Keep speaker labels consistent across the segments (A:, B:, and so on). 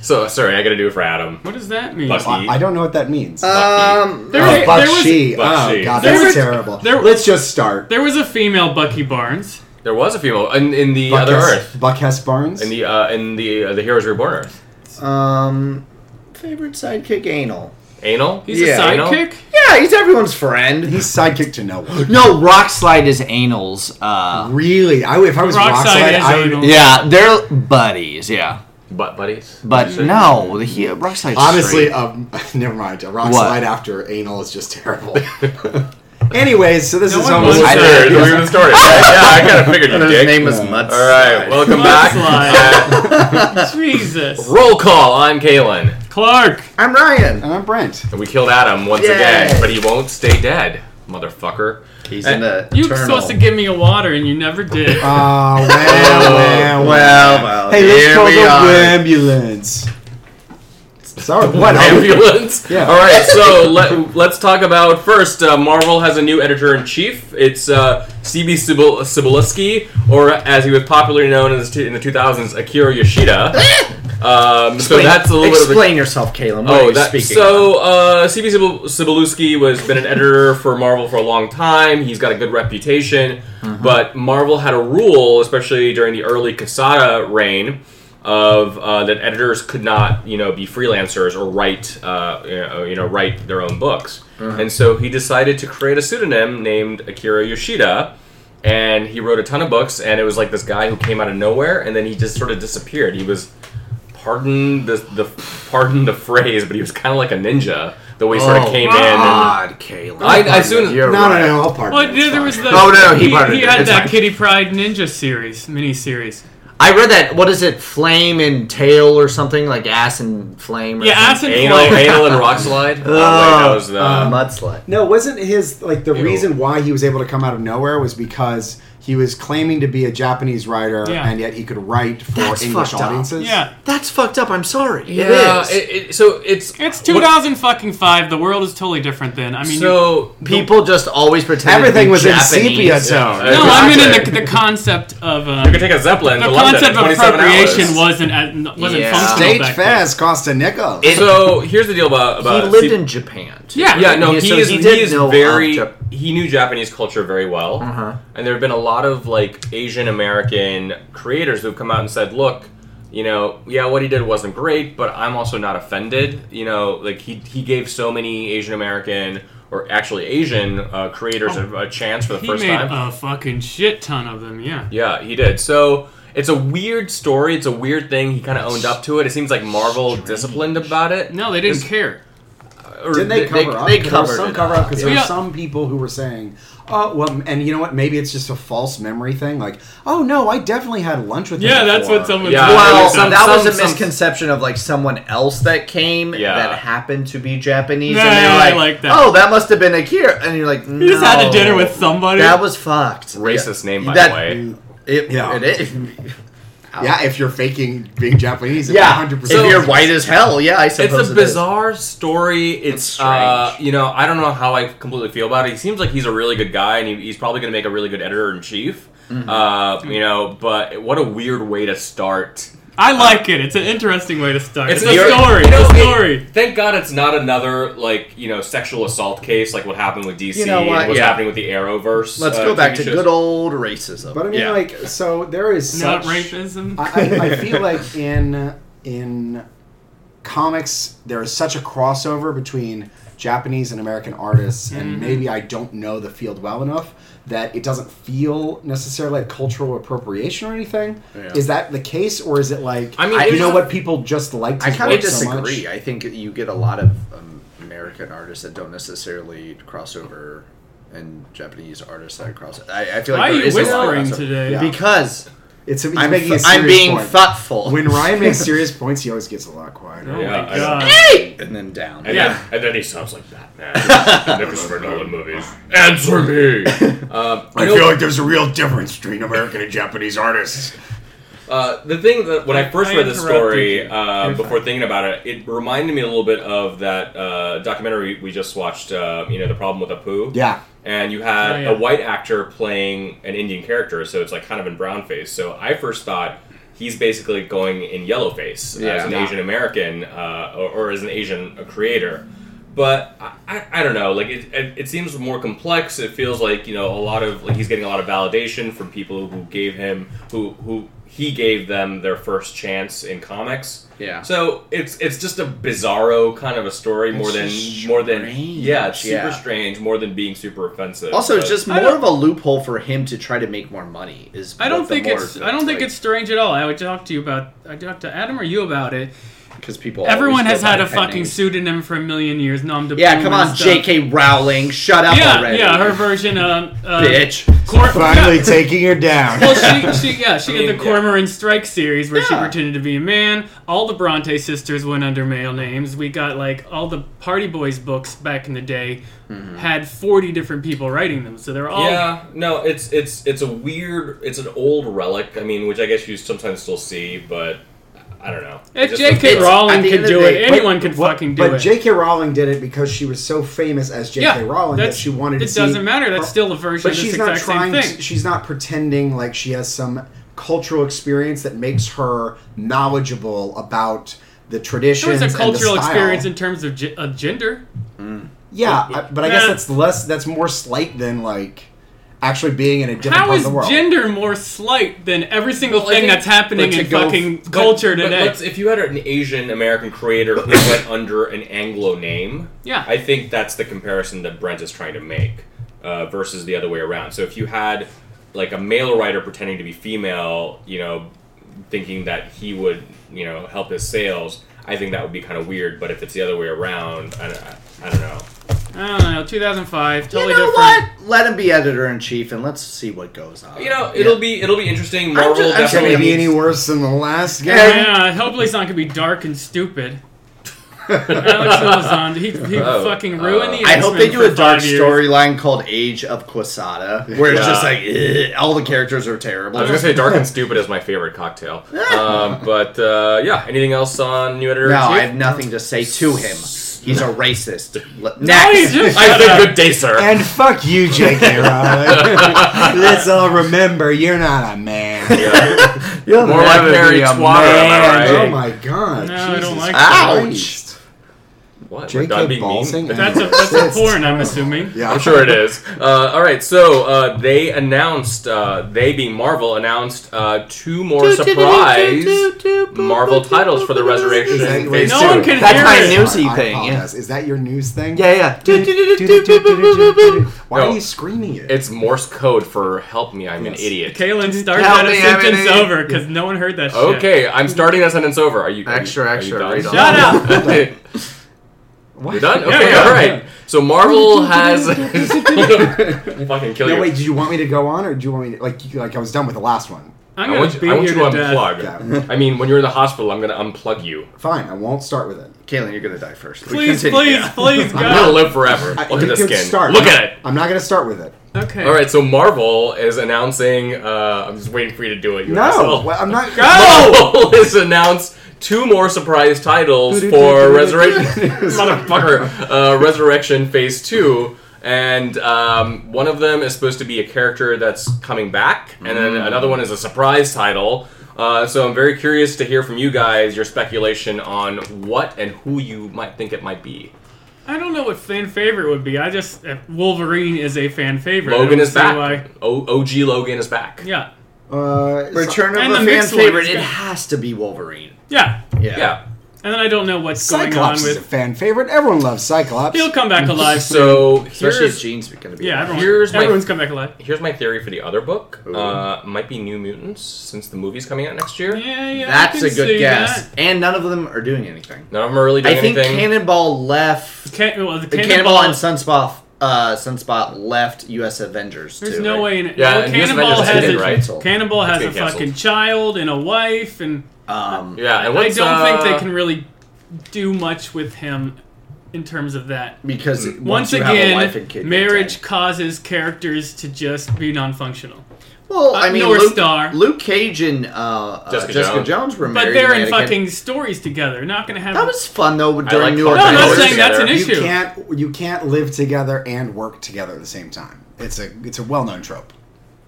A: So sorry, I got to do it for Adam.
B: What does that mean?
A: Plus-
C: I, I don't know what that means.
A: Um,
B: Uh, There-
C: oh,
B: there was-
C: Bakshi.
A: Bakshi.
C: Oh, God,
B: There
C: that's
B: was-
C: terrible.
B: there-
C: Let's just start.
B: There was a female Bucky Barnes.
A: There was a female in, in the other Earth,
C: Buckhess Barnes.
A: in the uh, in the uh, the Heroes Reborn Earth.
D: Um, favorite sidekick, anal.
A: Anal.
B: He's
D: Yeah.
B: a sidekick.
D: Yeah, he's everyone's friend.
C: He's sidekick to no one.
E: No, rock slide is anal's. Uh,
C: Really? I, would- if I was
B: Rockside
C: Rockside,
B: is
C: I would.
B: anal.
E: yeah, they're buddies. Yeah,
A: Butt buddies.
E: but
A: Is it?
E: no, the he, rock slide's
C: Honestly,
E: straight.
C: um, never mind. A rock
E: What?
C: slide after anal is just terrible. Anyways, so this
B: No
C: is
B: one
C: almost.
B: was
A: I
B: there.
A: did. We're gonna start it. Yeah, I kind of figured
D: And
A: you
D: his
A: dick.
D: name is Mud.
A: All right, welcome back.
B: Mudslide.
A: Uh,
B: Jesus.
A: roll call. I'm Kalen.
B: Clark.
D: I'm Ryan.
C: And I'm Brent. Uh,
A: And we killed Adam once
D: Yay.
A: again, but he won't stay dead, motherfucker.
D: He's
A: Hey,
D: in the
B: You were supposed to give me a water and you never did.
D: Uh,
C: Oh, well, well,
D: well, well.
C: Hey,
D: here
C: let's call
D: we
C: the
D: are.
C: ambulance. Sorry, what?
A: Ambulance.
C: Yeah.
A: All right. So let let's talk about first. Uh, Marvel has a new editor in chief. It's uh, CB Sibil- Sibilisky, or as he was popularly known as t- in the 2000s, Akira Yoshida. um, so that's a little bit of a
D: Explain yourself, Caleb. What are
A: Oh,
D: you
A: that,
D: speaking.
A: so uh, CB Sibil- Sibiluski was been an editor for Marvel for a long time. He's got a good reputation, but Marvel had a rule, especially during the early Casada reign, of uh, that editors could not, you know, be freelancers or write, uh, you, know, you know, write their own books. And so he decided to create a pseudonym named Akira Yoshida. And he wrote a ton of books, and it was like this guy who came out of nowhere, and then he just sort of disappeared. He was pardon the the pardon the phrase, but he was kind of like a ninja the way he sort of
D: Oh,
A: came in. And,
D: God, Caleb.
A: I- I soon-
D: You're
C: No, no,
D: right.
C: no, I'll pardon.
B: Well,
C: it,
B: yeah,
C: it's
B: there
C: fine.
B: was the.
D: No, no, he
B: he,
D: butted it.
B: had
D: It's
B: that
D: fine.
B: Kitty Pride Ninja series, mini series.
E: I read that. What is it? Flame and tail or something like ass and flame. Or
B: Yeah, ass
E: something.
B: and
A: anal,
B: flame.
A: anal and rock slide. Oh, wait, that was the.
E: mudslide.
C: No, wasn't his like the
A: Ew.
C: reason why he was able to come out of nowhere was because he was claiming to be a Japanese writer
B: Yeah.
C: and yet he could write for
E: That's
C: English
E: fucked up.
C: audiences.
B: Yeah.
E: That's fucked up. I'm sorry.
A: yeah,
E: it is.
A: it- it- so it's
B: It's
A: what-
B: 2000 fucking five. The world is totally different then. I mean, you,
A: So
E: People just always pretend
C: Everything was
E: Japanese.
C: in sepia tone.
A: Yeah.
B: no, I mean in
A: Exactly.
B: the, the concept of uh,
A: you could take a zeppelin.
B: the
A: to London
B: concept
A: in
B: of
A: 27
B: appropriation
A: hours.
B: wasn't as- wasn't
E: Yeah.
B: functional
C: Stage
B: back then.
C: fast cost a nickel.
E: It-
A: So here's the deal about
E: He
A: about
E: lived
A: see-
E: in Japan. too.
B: Yeah,
A: Yeah, no,
E: Yeah,
A: he,
E: so
A: is,
E: he
A: he,
E: did
A: is
E: know of
A: very.
E: Jap-
A: he knew Japanese culture very well, and there have been a lot of like Asian American creators who've come out and said, "Look, you know, yeah, what he did wasn't great, but I'm also not offended." You know, like he he gave so many Asian American or actually Asian uh, creators a, a chance for the
B: He
A: first
B: made
A: time.
B: a fucking shit ton of them. Yeah.
A: Yeah, he did. So it's a weird story. It's a weird thing. He kind of owned up to it. It seems like Marvel disciplined about it.
B: No, they didn't
A: It's-
B: care.
A: or
C: Didn't they
A: th-
C: cover up?
E: they
C: 'Cause there was
E: covered
C: some
E: it
C: cover up because there
B: Yeah.
C: were some people who were saying, "Oh, well," and you know what? Maybe it's just a false memory thing. Like, "Oh no, I definitely had lunch with him."
B: Yeah, that's
C: before."
B: what someone.
A: Yeah.
E: Well,
A: Some-
E: Uh, that was
A: some-
E: a
A: some-
E: misconception of like someone else that came
A: Yeah.
E: that happened to be Japanese.
B: Nah,
E: and they were
B: I
E: like,
B: like that.
E: Oh, that must have been Akira. And you're like,
B: You just had
E: "No,
B: a dinner with somebody.
E: That was fucked.
A: Racist name, by
E: That-
A: the way.
E: It,
C: Yeah.
E: yeah. it is.
C: Yeah, if you're faking being Japanese,
E: Yeah,
C: yeah, hundred
E: if
C: percent.
E: you're white as hell, yeah, I
A: It's
E: suppose
A: a
E: it is.
A: bizarre story. It's
E: strange.
A: uh, you know, I don't know how I completely feel about it. He seems like he's a really good guy, and he, he's probably going to make a really good editor in chief.
E: Mm-hmm.
A: Uh, you know, but what a weird way to start.
B: I like it. It's an interesting way to start. It's,
A: your-
B: a story.
A: you know,
B: It's a
A: it-
B: story.
A: thank God it's not another like you know sexual assault case like what happened with DC.
E: You know
A: and
E: what?
A: What's
E: Yeah.
A: happening with the Arrowverse?
E: Let's
A: uh,
E: go back
A: TV
E: to
A: shows.
E: good old racism.
C: But I mean,
E: yeah.
C: like, so there is
B: Not
C: such.
B: racism.
C: I, I, I feel like in in comics there is such a crossover between Japanese and American artists,
E: Mm-hmm.
C: and maybe I don't know the field well enough that it doesn't feel necessarily like cultural appropriation or anything.
E: Yeah.
C: Is that the case, or is it like
A: I mean,
C: you
A: it's-
C: know what people just like? To
E: I kind of
C: work so much?
E: disagree. I think you get a lot of um, American artists that don't necessarily cross over, and Japanese artists that cross. I, I feel
B: Why
E: like
B: are
E: there
B: you
E: is a lot of
B: whispering
E: crossover.
B: today?
C: Yeah.
E: Because
C: It's, it's
E: I'm,
C: making a
E: th- I'm
C: serious
E: being
C: point.
E: thoughtful.
C: When Ryan makes serious points, he always gets a lot quieter.
B: Oh
A: Yeah,
B: my
A: I-
B: god.
E: and then down.
A: And,
B: Yeah.
A: then, and then he sounds like Batman. in the Christopher Nolan movies. Answer me. Uh, you know,
C: like there's a real difference between American and Japanese artists.
A: Uh, the thing that when I first
B: I
A: read this
B: interrupted
A: story
B: you.
A: uh,
B: You're
A: before thinking about it, it reminded me a little bit of that uh, documentary we just watched. Uh, you know, the problem with Apu.
C: Yeah.
A: And you had
B: Oh, yeah.
A: a white actor playing an Indian character, so it's like kind of in brown face. So I first thought he's basically going in yellowface as
E: Yeah.
A: an
E: Yeah.
A: Asian American uh, or, or as an Asian a creator. But I, I, I don't know. Like it, it, it seems more complex. It feels like you know a lot of like he's getting a lot of validation from people who gave him who who he gave them their first chance in comics.
E: Yeah.
A: So it's it's just a bizarro kind of a story more
E: It's
A: than
E: just
A: more than
E: strange,
A: yeah, it's super
E: yeah.
A: strange more than being super offensive.
E: Also, it's
A: But-
E: just
B: uh, I
E: more
B: don't-
E: of a loophole for him to try to make more money. Is
B: I don't
E: what the
B: think
E: more
B: it's. I don't think
E: like,
B: it's strange at all. I would talk to you about. I talked to Adam or you about it.
E: because people.
B: Everyone
E: always
B: has
E: go by
B: had a
E: pen
B: fucking
E: names.
B: pseudonym for a million years. Nom de
D: Yeah,
B: Plume
D: come
B: and
D: on,
B: stuff.
D: J.K. Rowling, shut up
B: Yeah,
D: already.
B: yeah, her version of uh,
D: bitch.
B: Cor-
C: Finally
B: yeah.
C: taking her down.
B: well, she, she yeah, she
A: I mean,
B: did the
A: yeah.
B: Cormoran Strike series where she
D: Yeah.
B: pretended to be a man. All the Bronte sisters went under male names. We got like all the Party Boys books back in the day had forty different people writing them, so they're all
A: Mm-hmm. Yeah, no, it's it's it's a weird, it's an old relic. I mean, which I guess you sometimes still see, but I don't know. It
B: If
A: just-
B: J.K.
D: it's- at
B: Rowling
D: the
B: can
D: end of
B: do
D: the
B: it,
D: day-
B: anyone
C: But-
B: can
C: what-
B: fucking do
C: but
B: it.
C: J.K. Rowling did it because she was so famous as J.K.
B: Yeah,
C: Rowling that
B: that's-
C: she wanted to
B: it
C: see.
B: doesn't matter. That's
C: her-
B: still a version
C: But
B: of this
C: she's not
B: exact same
C: trying.
B: thing.
C: To, she's not pretending like she has some cultural experience that makes her knowledgeable about the
B: There
C: traditions.
B: was a
C: and
B: cultural
C: the style.
B: experience in terms of, ge- of gender.
C: yeah, I- but I guess
B: Yeah.
C: that's less. That's more slight than like actually being in a different
B: How
C: part
B: is
C: of the world.
B: gender more slight than every single
A: Well, I
B: thing
A: think-
B: that's happening
E: but to
B: in
E: go-
B: fucking
A: but-
B: culture
A: but
B: today?
A: let's- if you had an Asian American creator who went under an Anglo name,
B: Yeah.
A: I think that's the comparison that Brent is trying to make uh, versus the other way around. So if you had like a male writer pretending to be female, you know, thinking that he would, you know, help his sales, I think that would be kind of weird. But if it's the other way around, I, I, I don't know.
B: I don't know. 2005,
D: You
B: totally
D: know
B: different.
D: what? Let him be editor in chief, and let's see what goes on.
A: You know, it'll be it'll be interesting. Marvel
D: just- I'm
C: Can
A: definitely
C: it be
A: needs-
C: any worse than the last
D: Yeah.
C: guy?
B: Yeah, hopefully it's not gonna be dark and stupid. Alex Elizondo, he, he
A: Oh,
B: fucking ruined the.
D: I hope
B: X-Men
D: they do
B: for
D: a dark
B: five years.
D: storyline called Age of Quasada, where it's
A: Yeah.
D: just like "Ugh," all the characters are terrible.
A: I was gonna say dark and stupid is my favorite cocktail. Um, but uh, yeah, anything else on new editor?
D: no, I have nothing to say to him. He's a racist. Le- Next,
B: he's just-
A: I said good day, sir.
C: And fuck you, J.K. Rowling. Let's all remember you're not a man.
A: Yeah.
D: You'll
A: More like
D: never
A: Mary
D: be a
A: Twatter, am I
D: man.
A: right?
C: Oh my god.
B: No, I don't
C: Jesus
B: like
D: that.
C: Christ.
A: What? We're done
C: J.K.
A: being mean?
C: Balsing?
B: That's a that's
C: That's
B: a porn, I'm assuming.
C: Yeah.
A: I'm sure it is. Uh, all right, so uh, they announced, uh, they being Marvel, announced uh, two more surprise Marvel titles for the Resurrection.
C: Is that-
A: and
C: wait,
A: Phase
B: No
A: Two.
B: one can
D: That's
B: hear
D: my
B: it.
D: news- newsy
C: I
D: thing, yeah.
C: apologize. Is that your news thing?
D: Yeah, yeah.
C: Why are you screaming it?
A: It's Morse code for help me, I'm
C: Yes.
A: an idiot.
B: Kaylin, start
D: Help
B: that
D: me,
B: sentence
D: Ebony.
B: over because no one heard that shit.
A: Okay, I'm starting that sentence over. Are you are you-
E: Extra,
A: are you
E: extra,
A: done?
E: read on.
B: Shut up.
A: Okay. You're done?
B: Yeah,
A: Okay,
B: yeah.
A: alright. So Marvel has fucking kill
C: No,
A: you.
C: wait. Did you want me to go on, or do you want me to like? You, like I was done with the last one.
B: I'm
A: I
B: gonna
A: want,
B: beat
A: you, I want
B: you
A: you to
B: to death.
A: unplug.
C: Yeah.
A: I mean, when you're in the hospital, I'm gonna unplug you.
C: Fine. I won't start with it.
D: Kaylin, you're gonna die first.
B: Please,
D: Continue,
B: please,
D: yeah.
B: please,
A: I'm gonna
B: God.
A: live forever.
C: I,
A: Look
C: you
A: at this
C: can
A: skin.
C: Start.
A: Look at it.
C: I'm not gonna start with it.
B: Okay.
A: All right, so Marvel is announcing. Uh, I'm just waiting for you to do it. You
C: No.
A: asshole.
C: Well, I'm not.
A: Marvel has announced two more surprise titles for Resurrection. Motherfucker, uh, Resurrection Phase Two, and um, one of them is supposed to be a character that's coming back, and then another one is a surprise title. Uh, so I'm very curious to hear from you guys your speculation on what and who you might think it might be.
B: I don't know what fan favorite would be. I just uh, Wolverine is a fan favorite. I
A: Logan
B: don't
A: is
B: see
A: back.
B: why-
A: O- OG Logan is back.
B: Yeah.
C: Uh, so-
D: Return of
B: And
D: the,
B: the
D: fan
B: mixed one is
D: favorite. It
B: good.
D: has to be Wolverine.
B: Yeah.
D: Yeah.
A: Yeah.
B: And then I don't know what's going on
C: Cyclops is a
B: with.
C: fan favorite. Everyone loves Cyclops.
B: He'll come back alive.
A: So
E: Especially if
A: here's
E: Jean's gonna be.
B: Yeah,
E: around.
B: everyone,
A: Here's my-
B: everyone's come back alive.
A: here's my theory for the other book.
E: Ooh.
A: Uh, might be New Mutants since the movie's coming out next year.
B: Yeah, yeah. I
D: That's
B: can
D: a
B: see
D: good guess.
B: that.
D: And none of them are doing anything.
A: None of them are really doing
D: I think
A: anything.
D: Cannonball left.
B: Can, well, the
D: The
B: cannonball.
D: Cannonball and Sunspot, uh, Sunspot left U.S. Avengers.
B: there's
D: too,
B: no
D: right?
B: way. In,
A: Yeah,
B: well,
A: and News
B: cannonball
A: Avengers
B: has
A: ended,
B: a
A: right?
B: cannonball has a
A: It's getting
B: fucking
A: canceled.
B: child and a wife, and
D: Um,
A: yeah, and
B: I
A: what's,
B: don't
A: uh,
B: think they can really do much with him in terms of that.
D: because
B: Once,
D: you have a wife
B: again,
D: and kid, you're
B: marriage
D: dead.
B: causes characters to just be non-functional.
D: Well, I
B: uh,
D: mean,
B: North
D: Luke,
B: Star.
D: Luke Cage and uh, uh,
A: Jessica
D: Jessica,
A: Jones.
D: Jones. were married.
B: But they're
D: and
B: in
D: they had a kid.
B: fucking stories together. Not gonna have.
D: That was fun though during
A: like
D: New York.
A: Clark
B: no, I'm not
A: Colors
B: saying that's an
A: together.
B: issue.
C: You can't. You can't live together and work together at the same time. It's a. It's a well-known trope.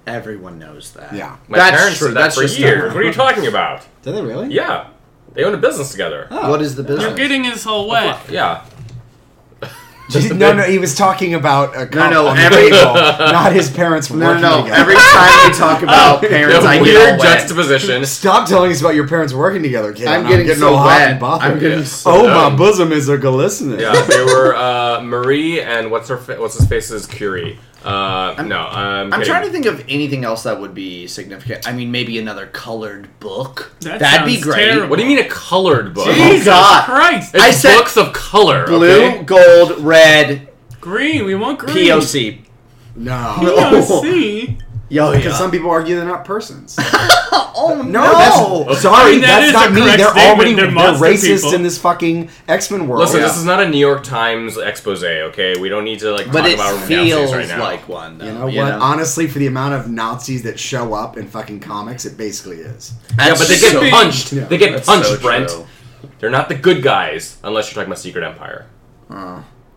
E: Everyone knows that.
C: Yeah.
A: My
E: That's
A: parents
E: true,
A: did that
E: that's
A: for
E: just
A: years.
E: not-
A: What are you talking about?
C: Did they really?
A: Yeah, they own a business together.
C: Oh.
E: What is the business?
B: You're getting his
D: Oh,
B: whole wet.
A: Yeah,
C: Just- no, no, he was talking about a couple,
E: no,
C: every,
E: every-
C: people, not his parents
E: No,
C: working
E: no, no.
C: together.
E: Every time we talk about parents,
A: The
E: I get
A: weird
E: all wet.
A: juxtaposition.
C: Stop telling us about your parents working together, kid.
E: I'm
C: and
E: getting so
C: all hot and
E: wet.
C: bothered.
E: I'm getting
A: Yeah.
E: so
C: oh,
A: dumb.
C: my bosom is a glistening.
A: Yeah, they were uh, Marie and what's her fa- what's his face's Curie. Uh, no, I'm,
E: I'm trying to think of anything else that would be significant. I mean, maybe another colored book.
B: That
E: That'd be
B: sounds
E: great.
B: terrible.
A: What do you mean a colored book?
D: Oh,
E: Jeez.
A: It's
B: Jesus
E: God.
B: Christ!
E: I said
A: books of color.
E: Blue,
A: okay?
E: gold, red,
B: green. We want green.
E: POC.
C: No.
B: POC.
E: Yo, yeah.
C: Because some people argue they're not persons.
E: oh
C: No,
E: no!
C: that's, sorry,
B: I mean, that
C: that's
B: is
C: not
B: a
C: me.
B: correct
C: They're
B: statement.
C: already
B: They're
C: they're
B: monster
C: racist
B: people.
C: in this fucking X Men world.
A: Listen,
E: Yeah.
A: this is not a New York Times expose. Okay, we don't need to like
E: but
A: talk
E: it
A: about
E: feels
A: Nazis right now.
E: like one. Though,
C: You know what? Honestly, for the amount of Nazis that show up in fucking comics, it basically is.
A: yeah, but they get
B: so-
A: punched.
C: Yeah,
A: they get
E: that's
A: punched,
E: so
A: Brent.
E: true.
A: They're not the good guys unless you're talking about Secret Empire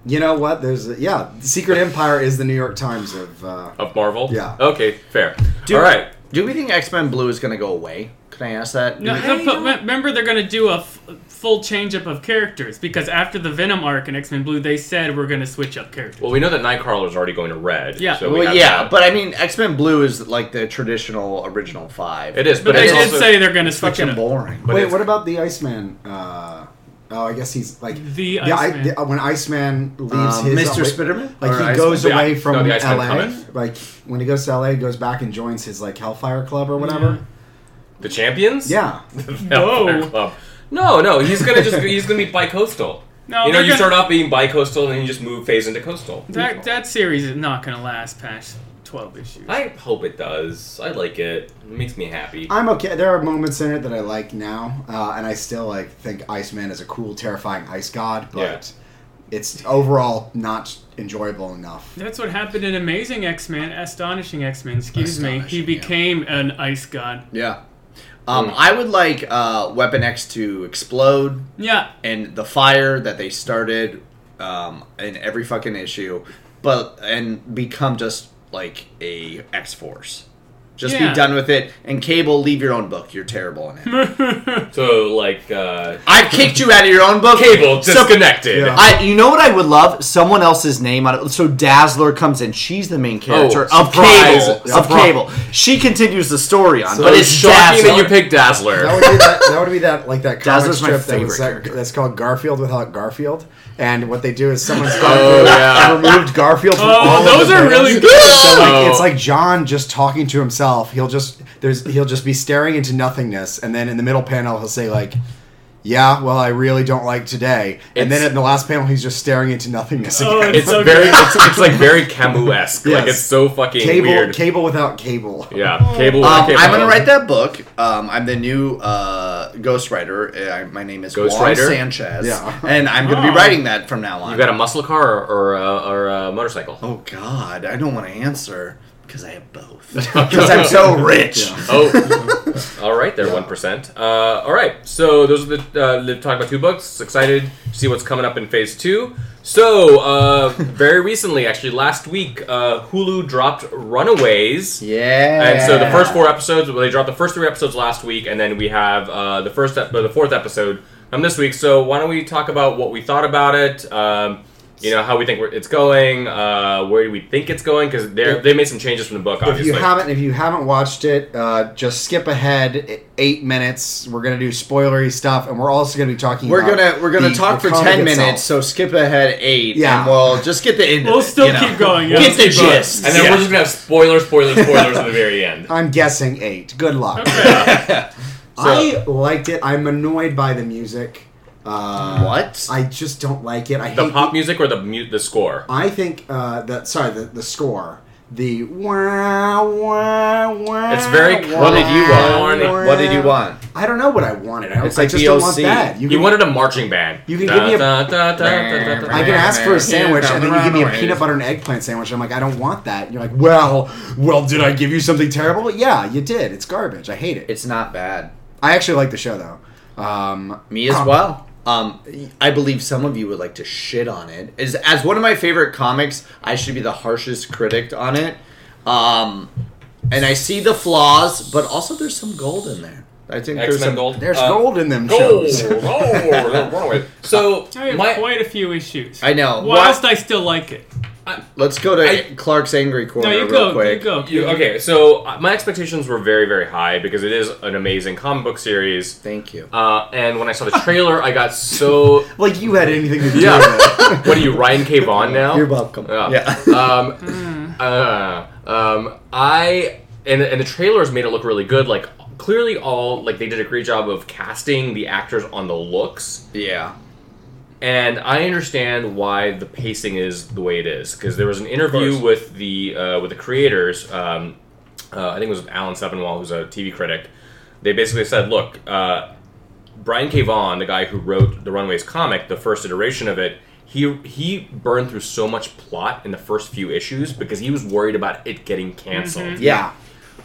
C: You know what? There's a, yeah, Secret Empire is the New York Times of. Uh,
A: of Marvel.
C: Yeah.
A: Okay, fair.
E: Do,
A: All right.
E: Do we think X Men Blue is going to go away? Can I ask that?
B: No,
E: Do we-
B: the- but me- remember they're gonna do a f- full change up of characters because after the Venom arc in X Men Blue, they said we're gonna switch up characters.
A: Well, we know that Nightcrawler is already going to red.
B: Yeah.
A: So we
E: well,
A: have
E: yeah,
A: that.
E: but I mean, X Men Blue is like the traditional original five.
A: it is.
B: but,
A: But,
B: they
A: it's
B: did
A: also,
B: say they're gonna
E: It's
B: switch it
E: fucking
B: up.
E: boring.
A: But
C: wait,
A: it's-
C: what about the Iceman? Uh, oh, I guess he's like
B: The
C: yeah. I,
B: Iceman. Uh,
C: the, when Iceman leaves
E: Um,
C: his uh,
E: Mr. Spiderman?
C: like
E: Or
C: he
E: Iceman?
C: goes
A: Yeah,
C: away
A: no,
C: from
A: the Iceman
C: L.A.
A: cometh.
C: Like when he goes to L.A., he goes back and joins his like Hellfire Club or whatever.
A: the champions.
C: Yeah,
A: Hellfire
B: Whoa.
A: Club. No, no, he's gonna just he's gonna be bicoastal.
B: No,
A: you know,
B: they're
A: you
B: gonna-
A: start off being bicoastal, and then you just move phase into coastal.
B: That that series is not gonna last past twelve issues.
A: I hope it does. I like it. It makes me happy.
C: I'm okay. There are moments in it that I like now, uh, and I still like think Iceman is a cool, terrifying ice god, but it's overall not enjoyable enough.
B: That's what happened in Amazing X Men, Astonishing X Men. Excuse me. He
E: Astonishing, yeah.
B: became an ice god.
E: Yeah. Um, I would like uh, Weapon X to explode
B: Yeah,
E: and the fire that they started um, in every fucking issue, but and become just like a X Force. Just
B: Yeah.
E: be done with it. And Cable, leave your own book. You're terrible in it.
A: So, like, uh,
E: I kicked you out of your own book.
A: cable
E: So-
A: disconnected.
C: Yeah.
E: I, you know what I would love? Someone else's name on it. So Dazzler comes in. She's the main character
A: Oh,
E: of
A: surprise.
E: Cable.
A: Yeah.
E: Of Cable. She continues the story on,
A: But
E: but
A: it's
E: it's
A: shocking
E: Dazzler.
A: that you picked Dazzler.
C: That would be that. That would be that. Like that comic
E: Dazzler's my
C: strip that was
E: favorite
C: that,
E: character.
C: that's called Garfield without Garfield, and what they do is someone's Garfield
A: yeah.
C: removed Garfield. From
B: Oh,
C: all of
B: those
C: the
B: are
C: books.
B: really good.
C: So like,
A: Oh.
C: it's like John just talking to himself. He'll just there's he'll just be staring into nothingness, and then in the middle panel he'll say like. Yeah, well, I really don't like today. And then
A: It's-
C: in the last panel, he's just staring into nothingness
B: Oh,
C: again.
A: it's
B: So
A: very,
B: good.
A: it's, it's like very Camus esque. Like,
C: Yes.
A: it's so fucking
C: cable,
A: weird.
C: cable without cable.
A: yeah, cable.
E: Um,
A: cable.
E: I'm gonna write that book. Um, I'm the new uh, ghostwriter. I, my name is
A: Ghost
E: Juan
A: writer?
E: Sanchez,
C: Yeah.
E: and I'm gonna
B: Oh.
E: be writing that from now on.
A: You got a muscle car or, or, a, or a motorcycle?
E: oh God, I don't want to answer because I have both. Because I'm so rich.
A: Oh, all right there, one percent. Uh, all right, so those are the uh, the talk about two books. Excited to see what's coming up in phase two. So uh, very recently, actually last week, uh, Hulu dropped Runaways.
E: Yeah.
A: And so the first four episodes, well, they dropped the first three episodes last week, and then we have uh, the first, ep- uh, the fourth episode um, this week. So why don't we talk about what we thought about it? Um, you know how we think we're- it's going, uh, where do we think it's going? Because they they made some changes from the book,
C: If
A: obviously.
C: you haven't, if you haven't watched it, uh, just skip ahead i- eight minutes. We're gonna do spoilery stuff, and we're also gonna be talking.
E: We're
C: about
E: gonna we're gonna
C: the-
E: talk
C: the
E: for
C: comic
E: ten
C: itself.
E: minutes, so skip ahead eight,
C: Yeah.
E: and we'll just get the end.
B: We'll
E: of it,
B: still
E: you know?
B: keep going, yeah.
E: Get the
B: Keep going.
E: gist.
A: And then
E: Yeah.
A: we're just gonna have spoilers, spoilers, spoilers at the very end.
C: I'm guessing eight. Good luck. I liked it. I'm annoyed by the music. Uh,
E: What?
C: I just don't like it. I
A: The
C: hate
A: pop music or the mu- the score?
C: I think uh, that sorry the the score the wah wah wah.
A: It's very
C: wah,
E: what did you want?
A: Warning.
E: What did you want?
C: I don't know what I wanted. I, don't,
E: It's
C: I
E: like
C: just don't want
E: BOC.
C: that.
A: You
C: can-
A: wanted a marching band.
C: you can give me a- I can ask for a sandwich, and then you give me a peanut butter and eggplant sandwich. I'm like, I don't want that. And you're like, well, well, did I give you something terrible? Yeah, you did. It's garbage. I hate it.
E: It's not bad.
C: I actually like the show though. Um,
E: Me as
C: um,
E: well. Um, I believe some of you would like to shit on it. As, as one of my favorite comics, I should be the harshest critic on it. Um, and I see the flaws, but also there's some gold in there. I think
A: X
E: there's
A: Men
E: some
A: Gold.
C: There's
A: Uh,
C: gold in them
A: Gold.
C: shows.
A: Oh, runaway. So
B: I have
A: my
B: quite a few issues.
E: I know.
B: Whilst I still like it.
E: Let's go to
A: I-
E: Clark's angry corner
B: No, you
E: real
B: go,
E: quick.
B: you go.
A: You, okay, so uh, my expectations were very, very high because it is an amazing comic book series.
E: Thank you.
A: Uh, and when I saw the trailer, I got so.
C: Like you had anything to do
A: Yeah.
C: with it.
A: What are you, Ryan K. Vaughn now?
E: You're welcome.
A: Yeah.
E: Yeah.
A: Um, uh, um, I and and the trailers made it look really good. Like clearly, all like they did a great job of casting the actors on the looks.
E: yeah.
A: And I understand why the pacing is the way it is because there was an interview
E: course.
A: with the uh, with the creators. Um, uh, I think it was with Alan Steppenwall, who's a TV critic. They basically said, "Look, uh, Brian K. Vaughan, the guy who wrote the Runaways comic, the first iteration of it, he he burned through so much plot in the first few issues because he was worried about it getting canceled.
C: yeah.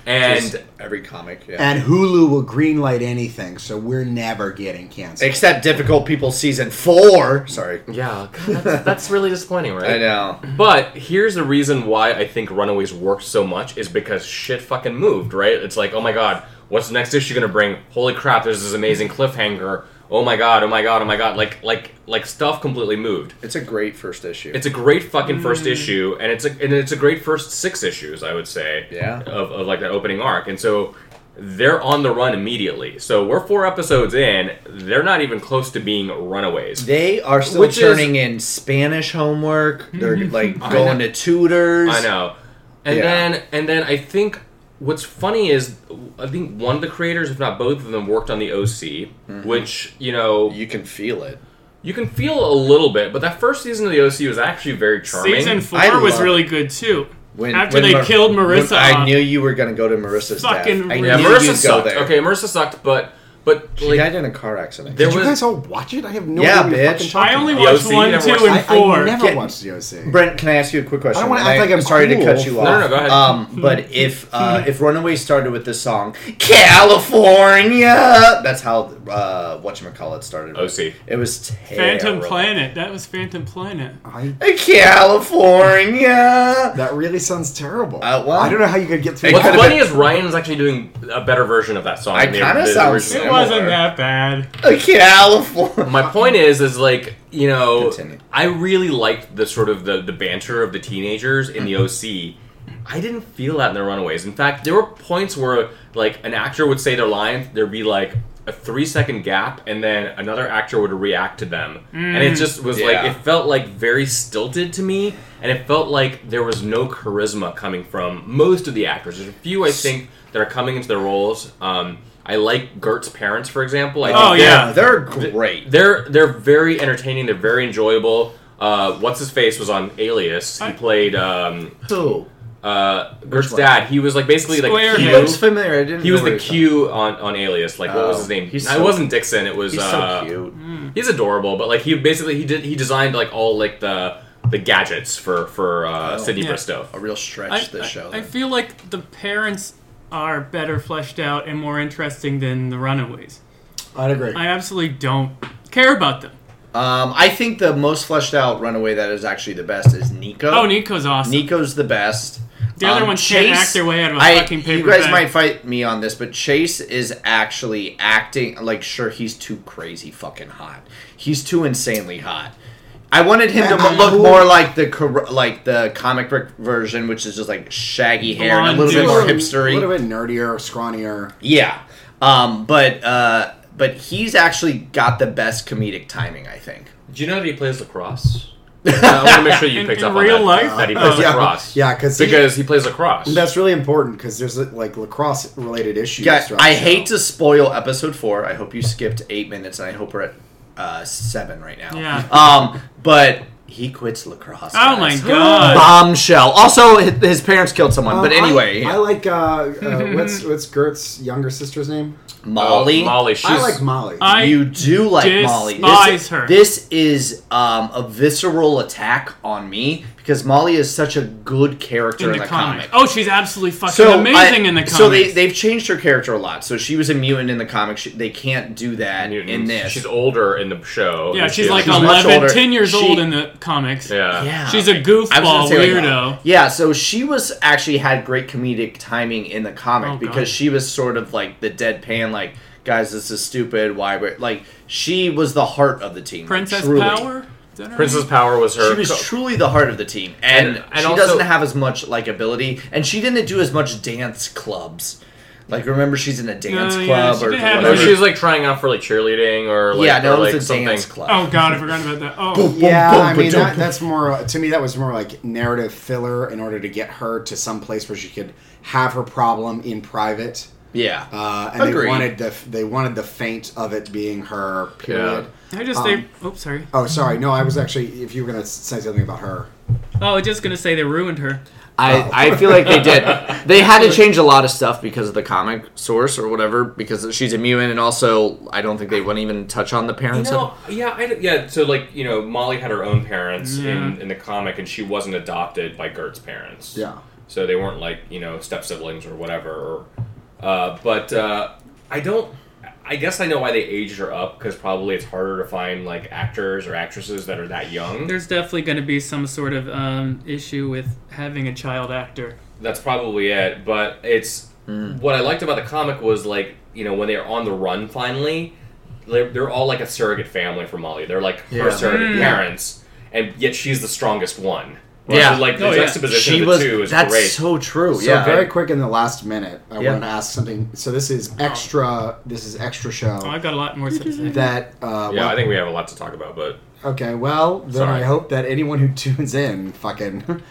A: And
E: Mm-hmm. Just every comic. Yeah.
C: And Hulu will greenlight anything, so we're never getting canceled.
E: Except Difficult People season four. Sorry.
A: yeah, God, that's, that's really disappointing, right?
E: I know.
A: But here's the reason why I think Runaways worked so much is because shit fucking moved, right? It's like, oh my god, what's the next issue gonna bring? Holy crap, there's this amazing cliffhanger. Oh my god, oh my god, oh my god. Like like like stuff completely moved.
E: It's a great first issue.
A: It's a great fucking first issue, and it's a and it's a great first six issues, I would say.
E: Yeah.
A: Of, of like that opening arc, and so they're on the run immediately. So we're four episodes in. They're not even close to being runaways.
E: they are still
A: Which is-
E: turning in Spanish homework. They're like going to tutors.
A: I know. And
E: Yeah.
A: then and then I think what's funny is I think one of the creators, if not both of them, worked on the OC,
E: Mm-hmm.
A: which you know you,
E: You can feel it.
A: can feel a little bit. But that first season of the OC was actually very charming.
B: Season four
E: I
B: was
E: love-
B: really good too.
E: When,
B: After
E: when
B: they
E: Mar-
B: killed
E: when-
B: Marissa
E: I
B: off.
E: knew you were going to go to Marissa's
B: Fucking
E: death. I
B: rude.
A: yeah,
E: knew you'd go
A: Marissa sucked.
E: there.
A: Okay, Marissa sucked, but but
E: She
A: like
E: died in a car accident.
A: there
C: Did you
A: was
C: guys all watch it? I have no
E: Yeah,
C: idea. what
E: bitch.
C: you're fucking talking
B: I only
A: The
C: about.
B: watched
A: OC, you
B: one,
A: never
B: two,
A: watched
B: and
A: that?
C: I, I
B: four.
C: never
E: Get-
C: watched the OC.
E: Brent, can I ask you a quick question?
C: I don't wanna act like I'm
E: sorry to
C: cool.
E: cut you
C: No,
E: off.
A: no, no, go ahead.
E: Um, but if uh, if Runaway started with the song California, that's how uh, whatchamacallit started.
C: Oh,
E: with.
A: OC.
E: It was terrible.
B: Phantom Planet. That was Phantom Planet.
C: I,
E: California.
C: that really sounds terrible.
E: Uh, well-
C: I don't know how you could get through.
E: It
A: What's
E: could've
C: that.
A: funny is Ryan is actually doing a better version of that song.
E: I
A: than the-
E: kinda
A: the
E: sound
A: original.
E: similar.
B: It wasn't that bad.
E: California.
A: My point is, is like you know,
E: Continue.
A: I really liked the sort of the the banter of the teenagers in the OC. I didn't feel that in the Runaways. In fact, there were points where like an actor would say their line, there'd be like a three second gap, and then another actor would react to them, and
B: Mm.
A: it just was like
E: Yeah.
A: it felt like very stilted to me, and it felt like there was no charisma coming from most of the actors. There's a few I think that are coming into their roles. Um, I like Gert's parents, for example. I think
B: Oh,
A: they're-
B: yeah.
E: they're great.
A: they're they're very entertaining. They're very enjoyable. Uh, what's his face was on Alias. He
B: I-
A: played um,
E: Who?
A: uh, Gert's dad. He was like basically like
B: Square
E: He
B: He
A: Q.
E: looks
B: looks
E: familiar. I didn't.
A: He was the Q on, on Alias. Like what was
E: Oh,
A: his name?
E: he's
A: No,
E: so-
A: it wasn't Dixon. It was
E: He's
A: uh,
E: so cute.
A: he's adorable. But like he basically he did he designed like all like the the gadgets for for uh,
E: Oh.
A: Sidney
B: Yeah.
A: Bristow.
E: A real stretch.
B: I,
E: this
B: I-
E: show.
B: I
E: then.
B: feel like the parents are better fleshed out and more interesting than the Runaways.
C: I'd agree.
B: I absolutely don't care about them.
E: um, I think the most fleshed out runaway that is actually the best is Nico.
B: Oh, Nico's awesome.
E: Nico's the best. Um,
B: The other ones can't act their way out of a
E: I-
B: fucking paper
E: You guys
B: bag.
E: might fight me on this, but Chase is actually acting like sure he's too crazy fucking hot. He's too insanely hot. I wanted him to
C: Man, I'm
E: look
C: cool.
E: more like the cor- like the comic book version, which is just like shaggy hair and a
B: Blonde
E: little bit
B: dude.
E: more
C: A
E: hipstery.
C: little bit nerdier, scrawnier.
E: Yeah. Um, but uh, but he's actually got the best comedic timing, I think.
A: Do you know that he plays lacrosse? I want to make sure you
B: In-
A: picked
B: in
A: up
B: real
A: on that,
B: life?
A: that he plays
B: Oh. Yeah.
A: lacrosse.
C: Yeah, 'cause he-
A: because he plays lacrosse.
C: That's really important because there's uh, like lacrosse related issues.
E: Yeah,
C: throughout
E: I
C: the show.
E: hate to spoil episode four. I hope you skipped eight minutes, and I hope we're at uh, seven right now.
B: Yeah.
E: Um, but he quits lacrosse.
B: Oh
E: guys.
B: my god.
E: Bombshell. Also, hi- his parents killed someone.
C: Um,
E: but
C: I-
E: anyway,
C: I, like uh, uh, what's what's Gert's younger sister's name?
E: Molly.
A: Oh, Molly. She's,
C: I like Molly.
B: I-
E: you do like Molly.
B: despise
E: this,
B: her.
E: This is um, a visceral attack on me because Molly is such a good character
B: in the, comic. Oh, she's absolutely fucking
E: So
B: amazing
E: I-
B: in the comic.
E: So they they've changed her character a lot. So she was a mutant in the comic. She, they can't do that in this.
A: She's older in the show.
B: yeah,
A: than
B: she's
A: she
B: like
A: is.
E: much
B: 11,
E: older.
B: 10 years
E: She-
B: old in the comics.
A: Yeah.
E: yeah,
B: She's a
E: I was
B: goofball
E: gonna say, like,
B: weirdo.
E: yeah, so she was actually had great comedic timing in the comic
B: Oh,
E: because
B: God.
E: she was sort of like the deadpan, like guys, this is stupid. Why? we like she was the heart of the team.
B: Princess
E: truly.
B: Power? Is that her
A: Princess
B: name?
A: Power was her.
E: She was
A: co-
E: truly the heart of the team, and,
A: And- and
E: she
A: also-
E: doesn't have as much like ability, and she didn't do as much dance clubs. Like remember, she's in a dance
B: Oh, yeah,
E: club
B: she
E: or
B: did have
A: no,
E: whatever.
A: she was like trying out for like cheerleading or like
E: yeah,
A: or,
E: no,
A: like
E: it was a
A: something.
E: dance club.
B: Oh, God, I forgot about that. Oh,
C: Yeah,
E: Boom, boom,
C: I mean
E: ba-dum,
C: that,
E: boom.
C: that's more uh, to me. That was more like narrative filler in order to get her to some place where she could have her problem in private.
E: Yeah,
C: Uh, and
E: Agreed.
C: they wanted the they wanted the feint of it being her period.
B: I just
C: Um,
B: they. Oops, sorry.
C: Oh, sorry. No, I was actually. If you were gonna say something about her,
B: Oh, I was just gonna say they ruined her.
E: I, I feel like they did. They had to change a lot of stuff because of the comic source or whatever, because she's a mutant, and also I don't think they wouldn't even touch on the
A: You
E: parents.
A: know, yeah, I, d- yeah. So like you know, Molly had her own parents in, in the comic, and she wasn't adopted by Gert's parents.
C: yeah.
A: So they weren't like you know step siblings or whatever. Or, uh, but uh, I don't. I guess I know why they aged her up because probably it's harder to find like actors or actresses that are that young.
B: There's definitely gonna be some sort of um, issue with having a child actor.
A: That's probably it. But it's
E: Mm.
A: what I liked about the comic was like you know when they are on the run finally, they're, they're all like a surrogate family for Molly. They're like her
B: Mm.
A: surrogate parents, and yet she's the strongest one. Right?
E: Yeah.
A: So, like the
B: Oh, yeah.
A: juxtaposition
E: she
A: of the
E: was.
A: two is
E: that's
A: great.
E: so true.
C: So
E: yeah,
C: very quick in the last minute, I
E: Yeah.
C: wanted to ask something. So this is extra. This is extra
B: Oh,
C: show
B: I've got a lot more stuff to say.
C: that. Uh,
A: yeah,
C: well,
A: I think we have a lot to talk about, but
C: okay. Well, then
A: Sorry.
C: I hope that anyone who tunes in, fucking.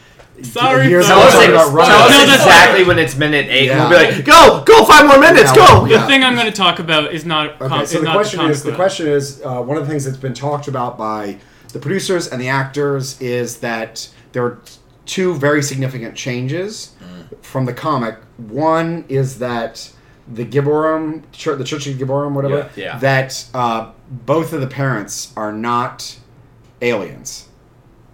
B: Sorry,
C: here's
E: Tell
B: folks.
E: us,
C: Talking
E: ex-
C: about
E: tell
C: Ryan.
E: us
B: No, that's-
E: exactly when it's minute eight.
C: Yeah.
E: and We'll be like, go, go, five more minutes,
C: Yeah,
E: go.
C: yeah.
B: The thing I'm gonna talk about is not.
C: Okay,
B: com-
C: so
B: is
C: the
B: eh, not
C: question
B: comic
C: is the
B: book.
C: question is uh, one of the things that's been talked about by the producers and the actors is that there are two very significant changes
E: Mm.
C: from the comic. One is that the Gibborum, chur- the Church of Gibborum, whatever,
E: Yeah, yeah.
C: that uh, both of the parents are not aliens.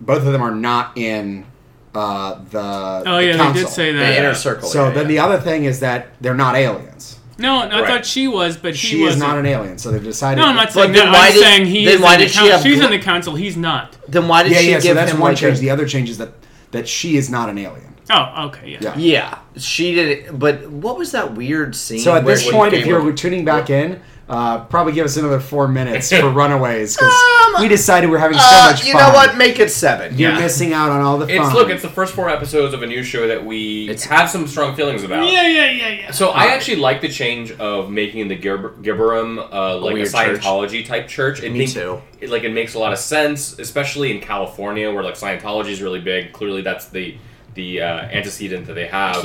C: Both of them are not in uh, the.
B: Oh
C: the
B: yeah, they
C: council.
B: did say
E: The
B: that.
E: inner circle.
C: So
E: yeah,
C: then the
E: yeah.
C: other thing is that they're not aliens.
B: No, I
A: Right.
B: thought she was, but he
C: She is
B: wasn't.
C: not an alien, so they've decided.
B: no, I'm not saying
E: then
B: that.
E: why
B: I'm
E: did-
B: saying he
E: then
B: is
E: why
B: in the
E: did she
B: council.
E: have
B: She's
E: gl-
B: in the council. He's not.
E: then why did
C: yeah,
E: she
C: yeah.
E: give
C: so that's
E: him
C: one
E: like
C: change.
E: a,
C: the other change is that that she is not an alien.
B: Oh, okay, yeah.
C: Yeah.
E: Yeah, she did. But what was that weird scene?
C: So at
E: where
C: this
E: she
C: point,
E: came
C: if you're
E: with-
C: tuning back in, uh, probably give us another four minutes for Runaways because we decided we're having so
E: Um, Uh,
C: much
E: you
C: fun.
E: know what? Make it seven.
C: You're
E: yeah.
C: missing out on all the fun.
A: It's look, it's the first four episodes of a new show that we
E: It's-
A: have some strong feelings about.
B: Yeah, yeah, yeah, yeah.
A: So I actually like the change of making the Gibber- Gibberum uh, like a
E: weird church.
A: Scientology type church. It
E: Me
A: makes-
E: too.
A: It, like it makes a lot of sense, especially in California where like Scientology is really big. Clearly, that's the the uh, antecedent that they have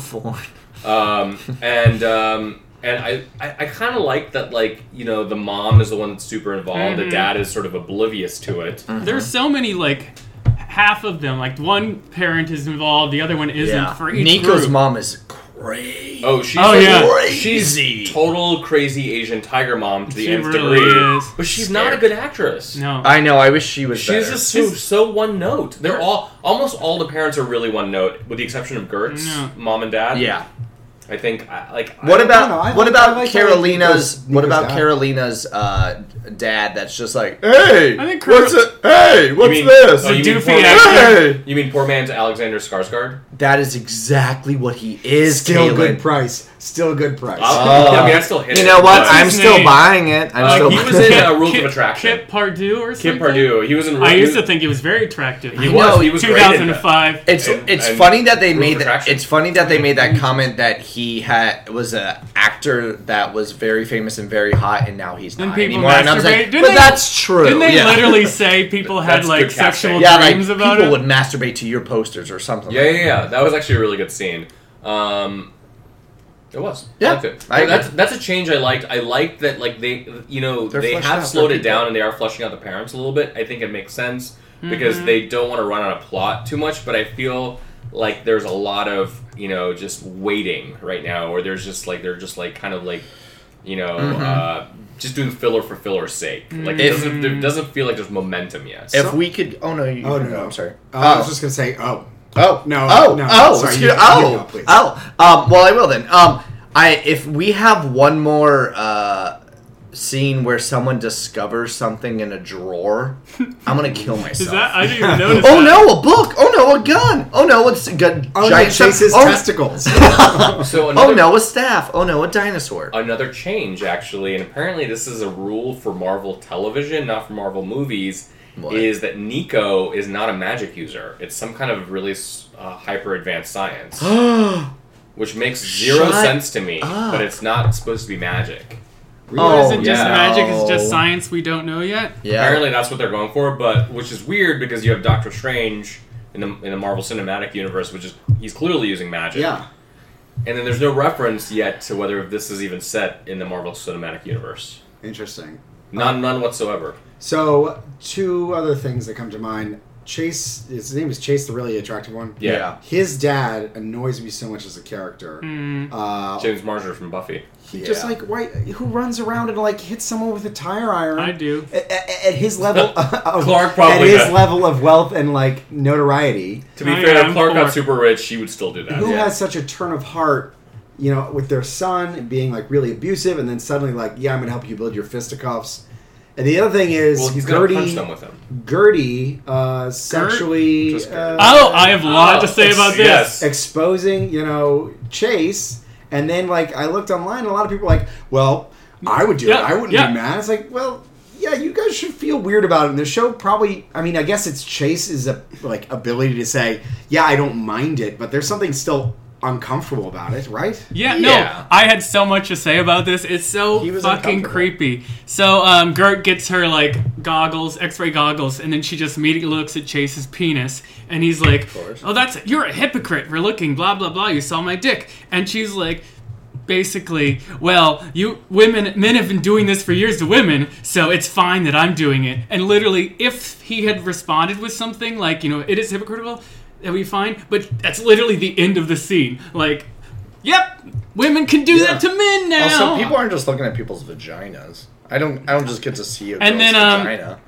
A: for um, and um, and I, I, I kind of like that like you know the mom is the one that's super involved
B: Mm-hmm.
A: the dad is sort of oblivious to it
E: Mm-hmm.
B: There's so many like half of them. Like one parent is involved, the other one isn't
E: Yeah.
B: for each
E: Nico's
B: group.
E: mom is crazy.
A: oh she's
B: Oh,
A: like,
B: yeah.
E: Crazy.
A: she's total crazy Asian tiger mom to the
B: She
A: nth
B: really
A: degree
B: is.
A: but she's
E: Scared.
A: not a good actress
B: No,
E: I know. I wish she was.
A: She's
E: better.
A: just so, so one note. They're all almost all the parents are really one note, with the exception of Gert's
B: No.
A: mom and dad.
E: Yeah.
A: I think I, like
E: What
A: I,
E: about
C: no, I like-
E: what
C: I
E: about
C: like how
E: Carolina's
C: Nico's-
E: what
C: Nico's
E: about
C: dad.
E: Carolina's uh, dad? That's just like, hey,
B: I think
E: what's
B: Carol-
E: it? Hey, what's
A: mean-
E: this?
A: oh, you mean
B: doofy
A: poor man-
B: actor.
E: Hey!
A: you mean poor man's Alexander Skarsgård?
E: That is exactly what he is.
C: still
E: Caitlin.
C: good price. Still good price.
A: I'll- I mean, I still hit
E: Ah. You
A: it,
E: know what?
A: but-
B: his
E: I'm still
B: name?
E: buying it. I'm
A: Uh,
E: still.
A: he was
E: buying
A: in
E: it.
A: uh, Rules
B: Kip-
A: of Attraction.
B: Kip Pardue or something.
A: Kip Pardue. He was in.
B: I used to think he was very attractive.
A: He was. He was great in that.
B: 2005.
E: It's
A: and-
E: it's
A: and
E: funny that they
A: Rules
E: made
A: of
E: that.
A: Attraction.
E: It's funny that they made that comment that he had was a actor that was very famous and very hot, and now he's
B: And
E: not
B: people
E: anymore. And I'm just
B: masturbate.
E: like,
B: Didn't
E: but
B: they-
E: that's true.
B: Didn't they
E: yeah.
B: literally say people had
A: That's
B: like
A: good casting.
B: sexual
E: yeah, like
B: dreams about
E: people
B: it?
E: would masturbate to your posters or something.
A: Yeah,
E: like
A: yeah, yeah. That was actually a really good scene. Um, it was. I
E: Yeah,
A: liked it.
E: I agree.
A: that's that's a change I liked. I liked that like they you know
E: They're
A: they
E: fleshing out
A: have
E: their
A: slowed it
E: people.
A: down and they are flushing out the parents a little bit. I think it makes sense because
E: Mm-hmm.
A: they don't want to run on a plot too much. But I feel like there's a lot of you know just waiting right now, or there's just like they're just like kind of like you know,
E: Mm-hmm.
A: uh, just doing filler for filler's sake. Like it
E: If-
A: doesn't, it doesn't
E: Mm-hmm.
A: feel like there's momentum yet.
E: If
C: So-
E: we could, oh no, you,
C: Oh,
E: oh
C: no,
E: no,
C: no.
E: I'm sorry.
C: Uh, I was just gonna say, oh,
E: Oh
C: No,
E: Oh
C: no,
E: oh
C: sorry,
E: excuse-
C: you- you go,
E: oh
C: please.
E: oh. Um, well, I will then. Um, I if we have one more uh, scene where someone discovers something in a drawer, I'm gonna kill myself.
B: Is that I didn't even notice. that.
E: oh no, a book. Oh no, a gun. Oh no, it's a gun.
C: oh, no,
E: giant
C: chases
E: stuff. oh,
C: testicles.
A: So another,
E: oh no, a staff. Oh no, a dinosaur.
A: another change actually, and apparently this is a rule for Marvel television, not for Marvel movies,
E: What?
A: is that Nico is not a magic user. It's some kind of really s- uh, hyper advanced science,
E: Oh,
A: which makes zero
E: Shut
A: sense to me.
E: up.
A: But it's not supposed to be magic.
B: Or is
E: Oh,
B: it just
A: yeah.
B: magic? Is it just
E: No.
B: science we don't know yet?
E: yeah.
A: Apparently that's what they're going for, but which is weird because you have Doctor Strange in the in the Marvel Cinematic Universe, which is he's clearly using magic.
C: yeah,
A: And then there's no reference yet to whether this is even set in the Marvel Cinematic Universe.
C: interesting.
E: Uh,
A: None, none whatsoever.
C: So two other things that come to mind. Chase, his name is Chase, the really attractive one.
A: Yeah.
E: Yeah. Hmm.
C: His dad annoys me so much as a character.
B: Hmm,
C: Uh,
A: James Marger from Buffy.
C: he just
E: Yeah.
C: like why who runs around and like hits someone with a tire iron.
B: I do.
C: At, at- at his level, of,
A: Clark probably
C: at his
A: does.
C: level of wealth and like notoriety.
A: To be
B: Oh,
A: fair,
B: yeah,
A: if
B: I'm
A: Clark
B: poor.
A: got super rich, she would still do that.
C: who
A: yeah.
C: has such a turn of heart, you know, with their son being like really abusive, and then suddenly like, yeah, I'm gonna help you build your fisticuffs. And the other thing is
A: Well, he's gonna
C: Gertie.
A: punch them with him.
C: Gertie uh, sexually
A: Just Gertie.
C: uh,
B: Oh, I have a lot to say about this.
A: Yes.
C: exposing, you know, Chase. And then like I looked online, and a lot of people were like, well, I would do
B: Yeah,
C: it. I wouldn't
B: yeah.
C: be mad. It's like, well. Yeah, you guys should feel weird about it. And the show probably, I mean, I guess it's Chase's uh, like ability to say, "Yeah, I don't mind it," but there's something still uncomfortable about it, right?
B: Yeah,
E: Yeah.
B: no, I had so much to say about this. It's so
E: He was
B: fucking
E: uncomfortable.
B: creepy. So, um, Gert gets her like goggles, X-ray goggles, and then she just immediately looks at Chase's penis, and he's like,
E: course.
B: "Oh, that's you're a hypocrite for looking blah blah blah. You saw my dick," and she's like. Basically, well, you women, men have been doing this for years to women, so it's fine that I'm doing it. And literally, if he had responded with something like, you know, it is hypocritical, that we find, but that's literally the end of the scene. Like, Yep, women can do that to men now.
E: Also, people aren't just looking at people's vaginas. I don't. I don't just get to see a
B: And
E: and
B: then, um,
E: vagina.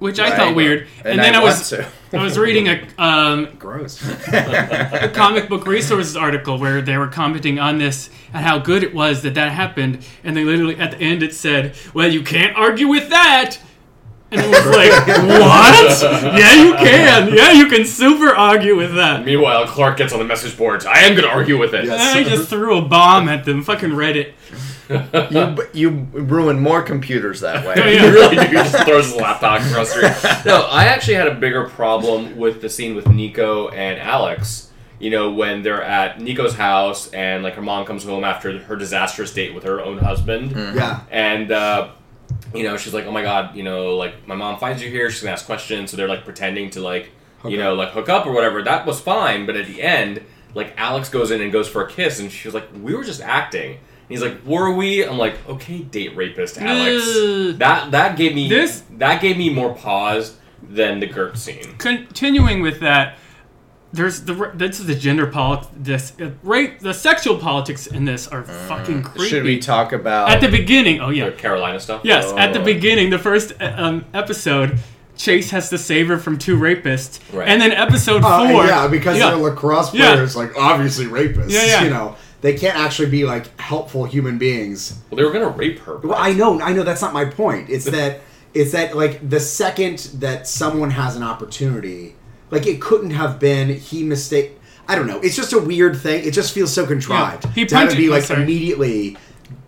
B: which I thought
E: Right.
B: weird. And, then I,
E: want
B: was
E: to.
B: I was reading a um,
C: Gross.
B: a comic book resources article where they were commenting on this and how good it was that that happened, and they literally at the end it said, "Well, you can't argue with that." And it was like, what? Yeah, you can. Yeah, you can super argue with that.
A: Meanwhile, Clark gets on the message boards. I am gonna argue with it.
C: Yes.
B: And I just threw a bomb at them. Fucking Reddit.
E: you, you ruin more computers that way.
A: He really do. He just throws his laptop across the street. No, I actually had a bigger problem with the scene with Nico and Alex. You know, when they're at Nico's house and like her mom comes home after her disastrous date with her own husband.
C: yeah.
A: And uh, you know, she's like, "Oh my god, you know, like my mom finds you here, she's gonna ask questions." So they're like pretending to like, you know, like hook up or whatever. That was fine, but at the end, like Alex goes in and goes for a kiss, and she was like, "We were just acting." And he's like, "Were we?" I'm like, "Okay, date rapist, Alex."
B: Ugh.
A: that that gave me
B: This-
A: that gave me more pause than the Gert scene.
B: continuing with that, there's the this is the gender politics, this uh, rape, the sexual politics in this are fucking creepy.
E: Should we talk about
B: at the beginning? Oh
A: The
B: yeah,
A: Carolina stuff.
B: yes. At the
E: Oh.
B: beginning, the first uh, um, episode, Chase has to save her from two rapists,
A: Right.
B: and then episode
C: Uh,
B: four,
C: yeah, because
B: yeah,
C: they're lacrosse
B: Yeah.
C: players, like obviously rapists.
B: Yeah, yeah.
C: You know, they can't actually be like helpful human beings.
A: Well, they were gonna rape her.
C: Well, I know, I know. That's not my point. It's that it's that like the second that someone has an opportunity, like it couldn't have been he mistake. I don't know. It's just a weird thing. It just feels so contrived.
B: Yeah. He
C: to have it
B: punted-
C: be like
B: sorry. Mm-hmm.
C: immediately.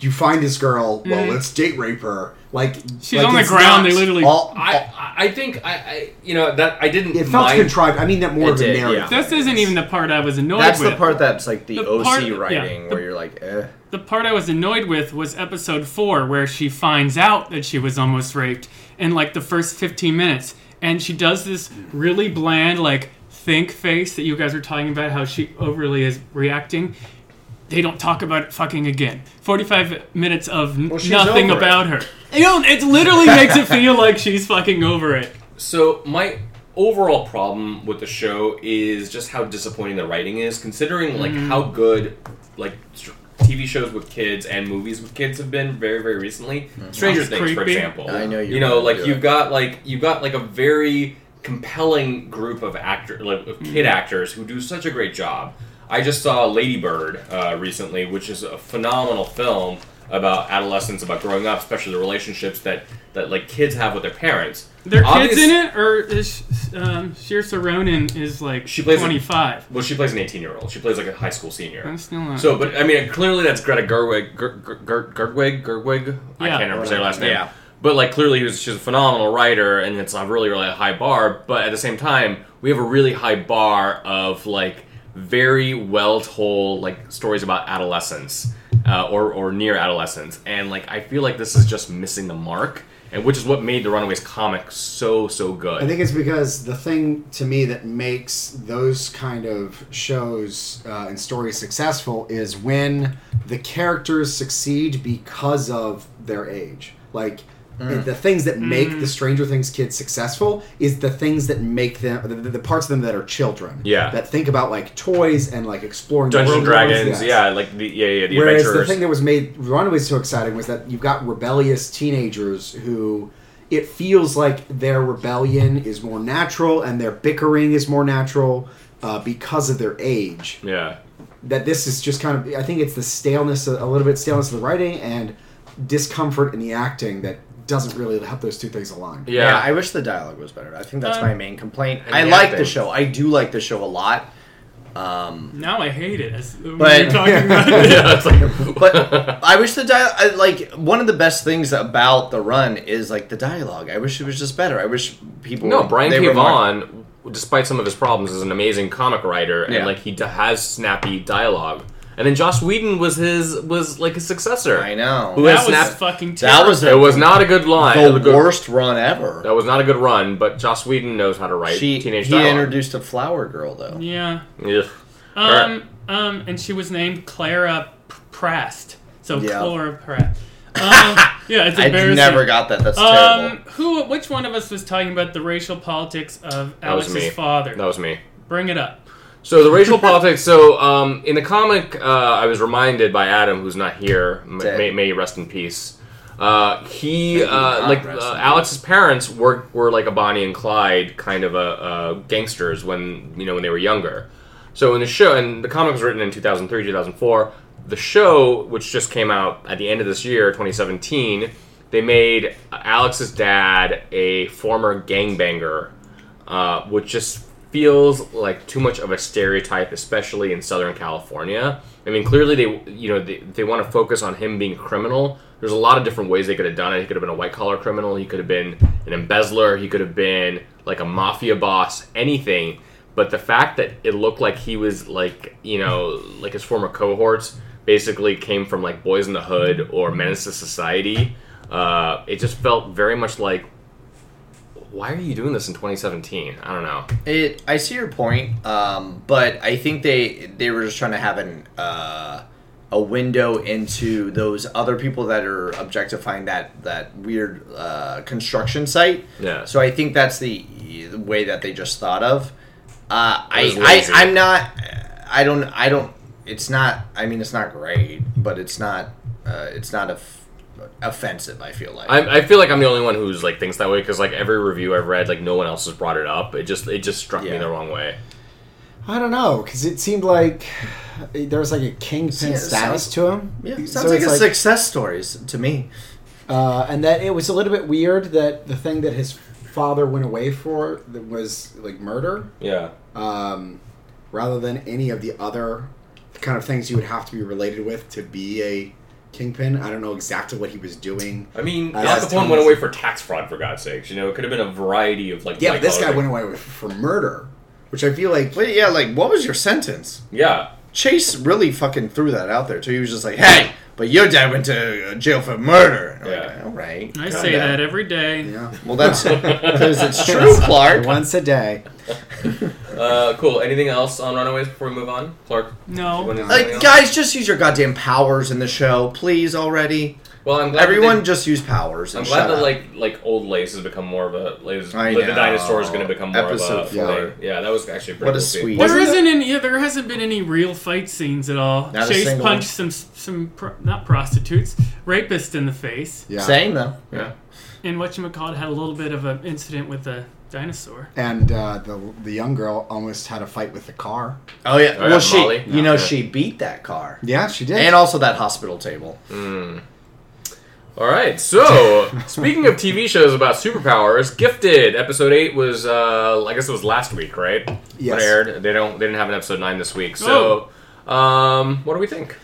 C: You find this girl. Well, let's date rape her. Like
B: she's
C: like,
B: on the
C: it's
B: ground.
C: not-
B: they literally.
E: all,
A: I, I- I think I, I you know that I didn't.
C: It felt
A: mind-
C: contrived. I mean that more
E: It
C: of a
E: did,
C: narrative.
E: yeah.
B: this isn't even the part I was annoyed
E: That's
B: with.
E: the part that's like the,
B: The
E: OC
B: part- yeah,
E: writing
B: the-
E: where you're like, eh.
B: The part I was annoyed with was episode four, where she finds out that she was almost raped in like the first 15 minutes. And she does this really bland, like, think face that you guys were talking about, how she overly is reacting. They don't talk about it fucking again. 45 minutes of n-
E: she's
B: nothing
E: over it.
B: about her. You know, it literally makes it feel like she's fucking over it.
A: So my overall problem with the show is just how disappointing the writing is, considering like how good like tr- TV shows with kids and movies with kids have been very very recently. Stranger
B: That's
A: Things, for
B: creepy.
A: example.
E: I know you
A: You know,
E: wanna
A: like
E: do
A: you've
E: it.
A: got like you've got like a very compelling group of actor like of kid actors who do such a great job. I just saw Lady Bird uh, recently, which is a phenomenal film about adolescence, about growing up, especially the relationships that that like kids have with their parents.
B: There are
A: Obvious-
B: kids in it, or is um, Saoirse Ronan is like
A: She plays a-
B: 25?
A: Well, she plays an 18 year old. She plays like a high school senior.
B: I'm still not.
A: So, but I mean, clearly that's Greta Gerwig. Ger- Ger- Ger- Gerwig. Gerwig. I
B: Yeah.
A: can't remember her last name.
E: Yeah.
A: But like, clearly who's- she's a phenomenal writer, and it's a really, really high bar. But at the same time, we have a really high bar of like very well told like stories about adolescence uh, or or near adolescence, and like I feel like this is just missing the mark, and which is what made the Runaways comic so so good.
C: I think it's because the thing to me that makes those kind of shows uh, and stories successful is when the characters succeed because of their age. Like
A: Hmm.
C: the things that make the Stranger Things kids successful is the things that make them the, the parts of them that are children.
A: Yeah.
C: That think about like toys and like exploring the
A: Dungeons and
C: world.
A: Dragons,
C: Yes.
A: yeah, like the yeah yeah the
C: Whereas
A: adventurers.
C: the thing that was made Runaways so exciting was that you've got rebellious teenagers who it feels like their rebellion is more natural and their bickering is more natural uh, because of their age.
A: yeah.
C: That this is just kind of I think it's the staleness, a little bit staleness of the writing and discomfort in the acting that doesn't really help those two things align.
A: yeah, Uh,
E: Yeah. I wish the dialogue was better. I think that's
B: Um,
E: my main complaint.
A: and
E: I
A: the
E: like
A: acting.
E: the show. I do like the show a lot. Um,
B: now I hate it. As when
E: But-
B: you're talking about it.
A: yeah, it's like,
E: but I wish the dialogue. Like one of the best things about the run is like the dialogue. I wish it was just better. I wish people.
A: no,
E: were-
A: Brian
E: they
A: K.
E: were more-
A: Vaughan, despite some of his problems, is an amazing comic writer, and
E: Yeah.
A: like he d- has snappy dialogue. And then Joss Whedon was his was like his successor.
E: I know.
A: Who
B: That
A: has
B: was
A: snapped?
B: fucking
E: That
B: terrible.
E: was
A: It
E: the,
A: was not a good line. It was
E: the
A: a good-
E: worst run ever.
A: That was not a good run, but Joss Whedon knows how to write
E: She
A: teenage
E: he
A: dialogue.
E: introduced a flower girl though.
B: yeah.
A: Introduced-
B: Um, um, and she was named Clara P- Prast. So
E: Yeah.
B: Clara Prast. Um, yeah, it's
E: I
B: embarrassing.
E: never got that. That's
B: um,
E: terrible.
B: who? Which one of us was talking about the racial politics of
A: was
B: Alex's
A: me.
B: father?
A: that was me.
B: Bring it up.
A: So the racial politics. So um, in the comic, uh, I was reminded by Adam, who's not here. m-
E: Dead.
A: May, may he rest in peace. Uh, he uh,
E: not
A: like
E: rest
A: uh,
E: in
A: Alex's parents were were like a Bonnie and Clyde kind of a, uh gangsters when you know when they were younger. So in the show, and the comic was written in 2003, 2004. The show, which just came out at the end of this year, 2017, they made Alex's dad a former gangbanger uh, which just feels like too much of a stereotype, especially in Southern California. I mean, clearly they, you know, they, they want to focus on him being a criminal. There's a lot of different ways they could have done it. He could have been a white collar criminal. He could have been an embezzler. He could have been like a mafia boss. Anything. But the fact that it looked like he was like, you know, like his former cohorts basically came from like Boys in the Hood or Menace to Society. Uh, it just felt very much like why are you doing this in 2017? I don't know.
E: It. I see your point, um, but I think they they were just trying to have an uh, a window into those other people that are objectifying that that weird uh, construction site.
A: Yeah.
E: So I think that's the the way that they just thought of. Uh,
A: was
E: I,
A: lazy.
E: I I'm not. I don't. I don't. It's not. I mean, it's not great, but it's not. Uh, it's not of offensive. I feel like.
A: I, I feel like I'm the only one who's like thinks that way because like every review I've read, like no one else has brought it up. It just it just struck me
E: Yeah.
A: the wrong way.
C: I don't know because it seemed like there was like a kingpin
E: Yeah, it
C: status
E: sounds-
C: to him.
E: yeah,
C: So
E: sounds like
C: it's
E: a success stories to me.
C: uh, and that it was a little bit weird that the thing that his father went away for that was like murder
A: Yeah.
C: um, rather than any of the other kind of things you would have to be related with to be a kingpin i don't know exactly what he was doing
A: I mean,
C: I
A: Al
C: guess
A: Capone
C: Tom's-
A: went away for tax fraud for God's sakes. You know, it could have been a variety of like.
C: yeah but this guy
A: white-collar-
C: went away with, for murder which i feel like
E: Wait, yeah, like what was your sentence?
A: Yeah.
E: Chase really fucking threw that out there too. He was just like, "Hey, but your dad went to uh, jail for murder." And I'm
A: Yeah.
E: Like, All right.
B: I
E: calm
B: say
E: down."
B: that every day.
C: yeah
E: Well, that's because it's true, Clark.
C: once a day
A: Uh, cool. Anything else on Runaways before we move on, Clark?
B: No.
A: Anyone else?
E: Like, guys, just use your goddamn powers in the show, please already.
A: Well, I'm glad that
E: Everyone
A: they-
E: just use powers.
A: I'm
E: And
A: glad
E: shut
A: that
E: up.
A: like like old lace has become more of a lace.
E: I
A: like, The
E: know.
A: dinosaur is going to become more
E: Episode
A: of a
E: four.
A: thing. Yeah, that was actually a pretty
E: What a
A: cool scene.
E: sweet-
B: There
E: Isn't
B: isn't any. Yeah, there hasn't been any real fight scenes at all.
E: Not a
B: Chase
E: single
B: punched some some pro- not prostitutes, rapists in the face,
C: Yeah.
E: Same though.
A: Yeah.
B: and whatchamacallit had a little bit of an incident with a dinosaur.
C: And uh, the the young girl almost had a fight with the car.
E: Oh yeah.
A: Oh, yeah,
E: well, she.
A: Molly.
E: You know,
A: Yeah.
E: she beat that car.
C: Yeah, she did.
E: And also that hospital table.
A: All right. So speaking of TV shows about superpowers, Gifted episode eight was uh, I guess it was last week, right? When
C: Yes.
A: it aired. They don't. They didn't have an episode nine this week. So, um, what do we think?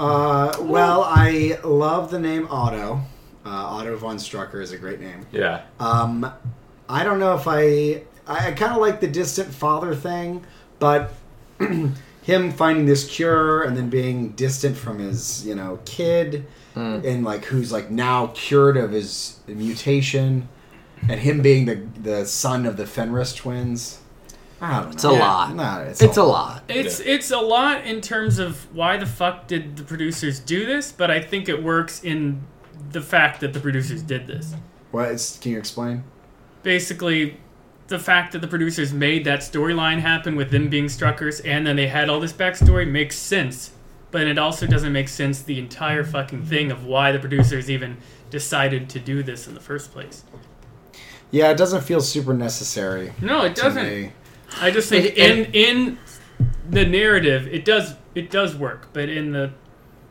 C: uh, well, I love the name Otto. Uh, Otto von Strucker is a great name.
A: Yeah.
C: Um, I don't know if I. I, I kind of like the distant father thing, but him finding this cure and then being distant from his, you know, kid,
D: Hmm.
C: and like who's like now cured of his mutation, and him being the the son of the Fenris twins. I don't know.
D: It's a lot.
C: No, it's,
D: It's a
C: lot.
D: lot.
B: It's it's a lot in terms of why the fuck did the producers do this, but I think it works in the fact that the producers did this.
C: What? It's, can you explain?
B: Basically, the fact that the producers made that storyline happen with them being struckers and then they had all this backstory makes sense. But it also doesn't make sense the entire fucking thing of why the producers even decided to do this in the first place.
C: Yeah, it doesn't feel super necessary.
B: No, it
C: to
B: doesn't.
C: me.
B: I just think
E: It- it-
B: in in the narrative it does it does work, but in the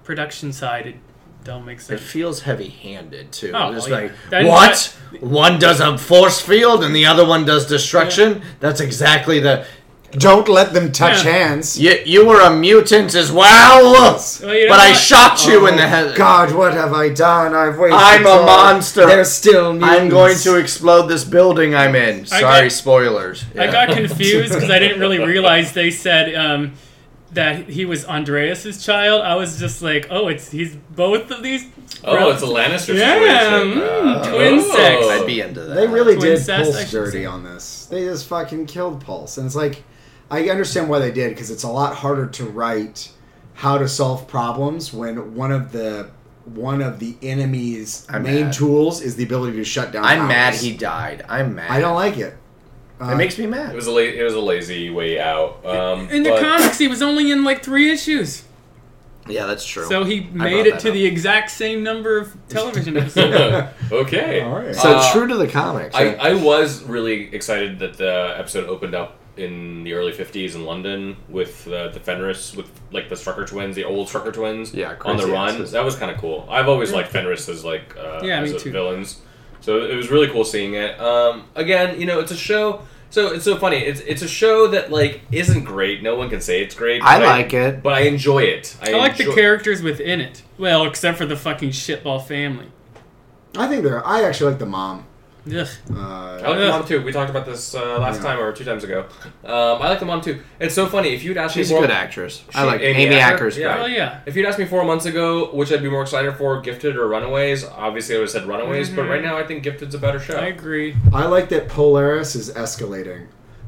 B: production side it don't make
E: It
B: sense.
E: feels heavy-handed too.
B: Oh,
E: It's
B: yeah.
E: like
B: Then
E: what? One does a force field and the other one does destruction. That's exactly the.
C: Don't let them touch
B: Yeah.
C: hands.
E: You, you were a mutant as well,
B: Well, you know
E: but I
B: what?
E: shot you
D: Oh,
E: in the head.
C: Oh, God, what have I done? I've wasted.
E: I'm a
C: all-
E: monster.
C: They're still mutants.
E: I'm going to explode this building I'm in.
B: I
E: Sorry,
B: got-
E: spoilers.
B: I
E: Yeah.
B: got confused because I didn't really realize they said um, that he was Andreas's child. I was just like, oh, it's he's both of these.
A: Oh, it's a Lannister
B: Yeah,
A: situation. Uh, oh.
B: mm, twin sex.
E: I'd be into that.
C: They really
B: Twin
C: did
B: incest, I
C: Pulse
B: should
C: dirty
B: say.
C: on this. They just fucking killed Pulse, and it's like, I understand why they did because it's a lot harder to write how to solve problems when one of the one of the enemy's
E: I'm
C: main
E: mad.
C: tools is the ability to shut down.
E: I'm mad
C: powers.
E: he died. I'm mad.
C: I don't like it. Uh,
E: It makes me
A: It
E: mad.
A: was a la- it was a lazy way out. Um,
B: In the
A: but-
B: comics, he was only in like three issues,
E: Yeah, that's true.
B: so he
E: brought
B: made it
E: that
B: to
E: up.
B: the exact same number of television episodes.
A: okay.
C: All right.
D: So
A: Uh,
D: true to the comics.
A: I,
D: right?
A: I was really excited that the episode opened up in the early 50s in London with uh, the Fenris, with like the Strucker twins, the old Strucker twins
D: Yeah,
A: on the
D: crazy
A: run.
D: asses.
A: That was kind of cool. I've always liked Fenris as like uh,
B: Yeah,
A: as
B: me
A: a
B: too.
A: villains. So it was really cool seeing it. Um, again, you know, it's a show. So it's so funny. It's it's a show that like isn't great. No one can say it's great.
D: I
A: but
D: like it.
A: but I enjoy it. I,
B: I like the
A: enjoy-
B: characters within it. Well, except for the fucking shitball family.
C: I think they're. I actually like the mom.
B: Ugh.
A: I
C: Uh,
A: like the mom too. We talked about this uh, last
C: Yeah.
A: time or two times ago. Um, I like the mom too. It's so funny. If you'd asked
D: She's
A: me
D: a
A: four,
D: good actress. I
A: She-
D: like
A: Amy
D: Amy,
A: Acker?
D: Acker's
A: Yeah.
B: Oh
D: great.
B: yeah.
A: If you'd asked me four months ago which I'd be more excited for, Gifted or Runaways, obviously I would have said Runaways, but right now I think Gifted's a better show.
B: Mm-hmm. I agree.
C: I like that Polaris is escalating.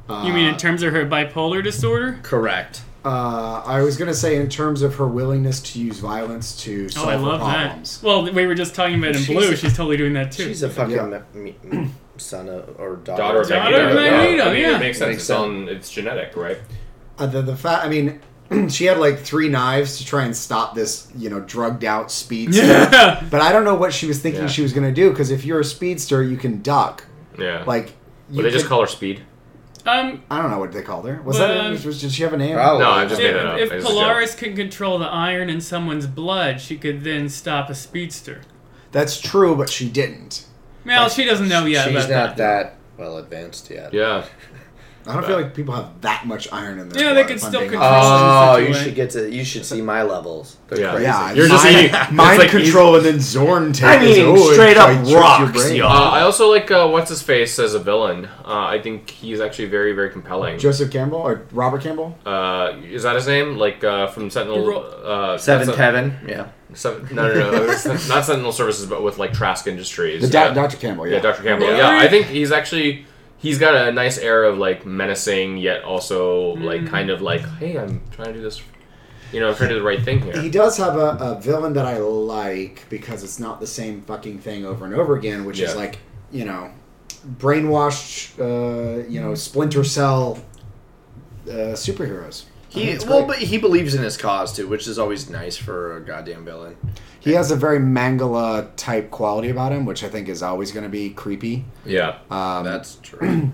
C: Uh,
B: You mean in terms of her bipolar disorder?
E: Correct.
C: Uh, I was gonna say in terms of her willingness to use violence to
B: Oh,
C: solve
B: I
C: her
B: love
C: problems.
B: that. Well, we were just talking about in
E: She's
B: blue.
E: a-
B: she's totally doing that too.
E: She's a fucking
C: Yeah.
E: me- me- son of or daughter,
A: Daughter of
B: Daughter
A: Magneto.
B: of
A: yeah.
B: Magneto,
A: I mean,
B: yeah.
A: It makes sense.
E: Makes
A: it's,
E: sense.
A: on, it's genetic, right?
C: Uh, the the fact, I mean, she had like three knives to try and stop this, you know, drugged out speedster.
B: Yeah.
C: But I don't know what she was thinking
A: Yeah.
C: she was gonna do because if you're a speedster, you can duck.
A: Yeah.
C: Like, you
A: Would they just
C: could-
A: call her Speed?
B: um,
C: I don't know what they called her. Was
B: Well,
C: that? Was, did she have a name?
E: Probably.
A: No, I just
E: Yeah,
A: made it up.
B: If,
A: It's
B: if
A: a joke.
B: Polaris can control the iron in someone's blood, she could then stop a speedster.
C: That's true, but she didn't.
B: Well, she doesn't know yet
E: She's
B: about that.
E: not that well advanced yet.
A: Yeah.
C: I don't feel like people have that much iron in their.
B: Yeah, they
C: blood, Uh,
B: could
C: if I'm
B: still
C: being
B: control-
C: honest.
E: Oh,
B: Such a
E: you
B: way.
E: should get to. You should see my levels. They're
A: Yeah.
E: crazy.
C: Yeah,
A: You're just
C: mind,
A: eating- it's
C: mind
A: like
C: control, and then Zorn takes. Oh,
D: I'm eating straight up rocks,
A: Uh,
D: yo.
A: I also like uh, what's his face as a villain. Uh, I think he's actually very, very compelling.
C: Joseph Campbell or Robert Campbell?
A: Uh, is that his name? Like uh, from
B: You
A: Sentinel?
B: roll-
A: Uh,
E: Seven
A: not Sen-
E: Kevin. Yeah.
A: Seven, no, no, no. it's not Sentinel Services, but with like Trask Industries. Uh,
C: The
A: yeah.
C: doc Dr. Campbell, yeah.
A: Yeah, Dr. Campbell.
B: Really?
A: Yeah, I think he's actually he's got a nice
B: Mm.
A: air of like menacing yet also like kind of like, hey, I'm trying to do this You know, I'm trying to do the right thing here.
C: He does have a, a villain that I like because it's not the same fucking thing over and over again, which is
A: Yeah.
C: like, you know, brainwashed, uh, you know, splinter cell uh, superheroes. I
E: He
C: think it's
E: well,
C: great.
E: but he believes in his cause too, which is always nice for a goddamn villain.
C: he has a very Mangala type quality about him, which I think is always going to be creepy.
A: yeah.
C: Um,
E: That's true.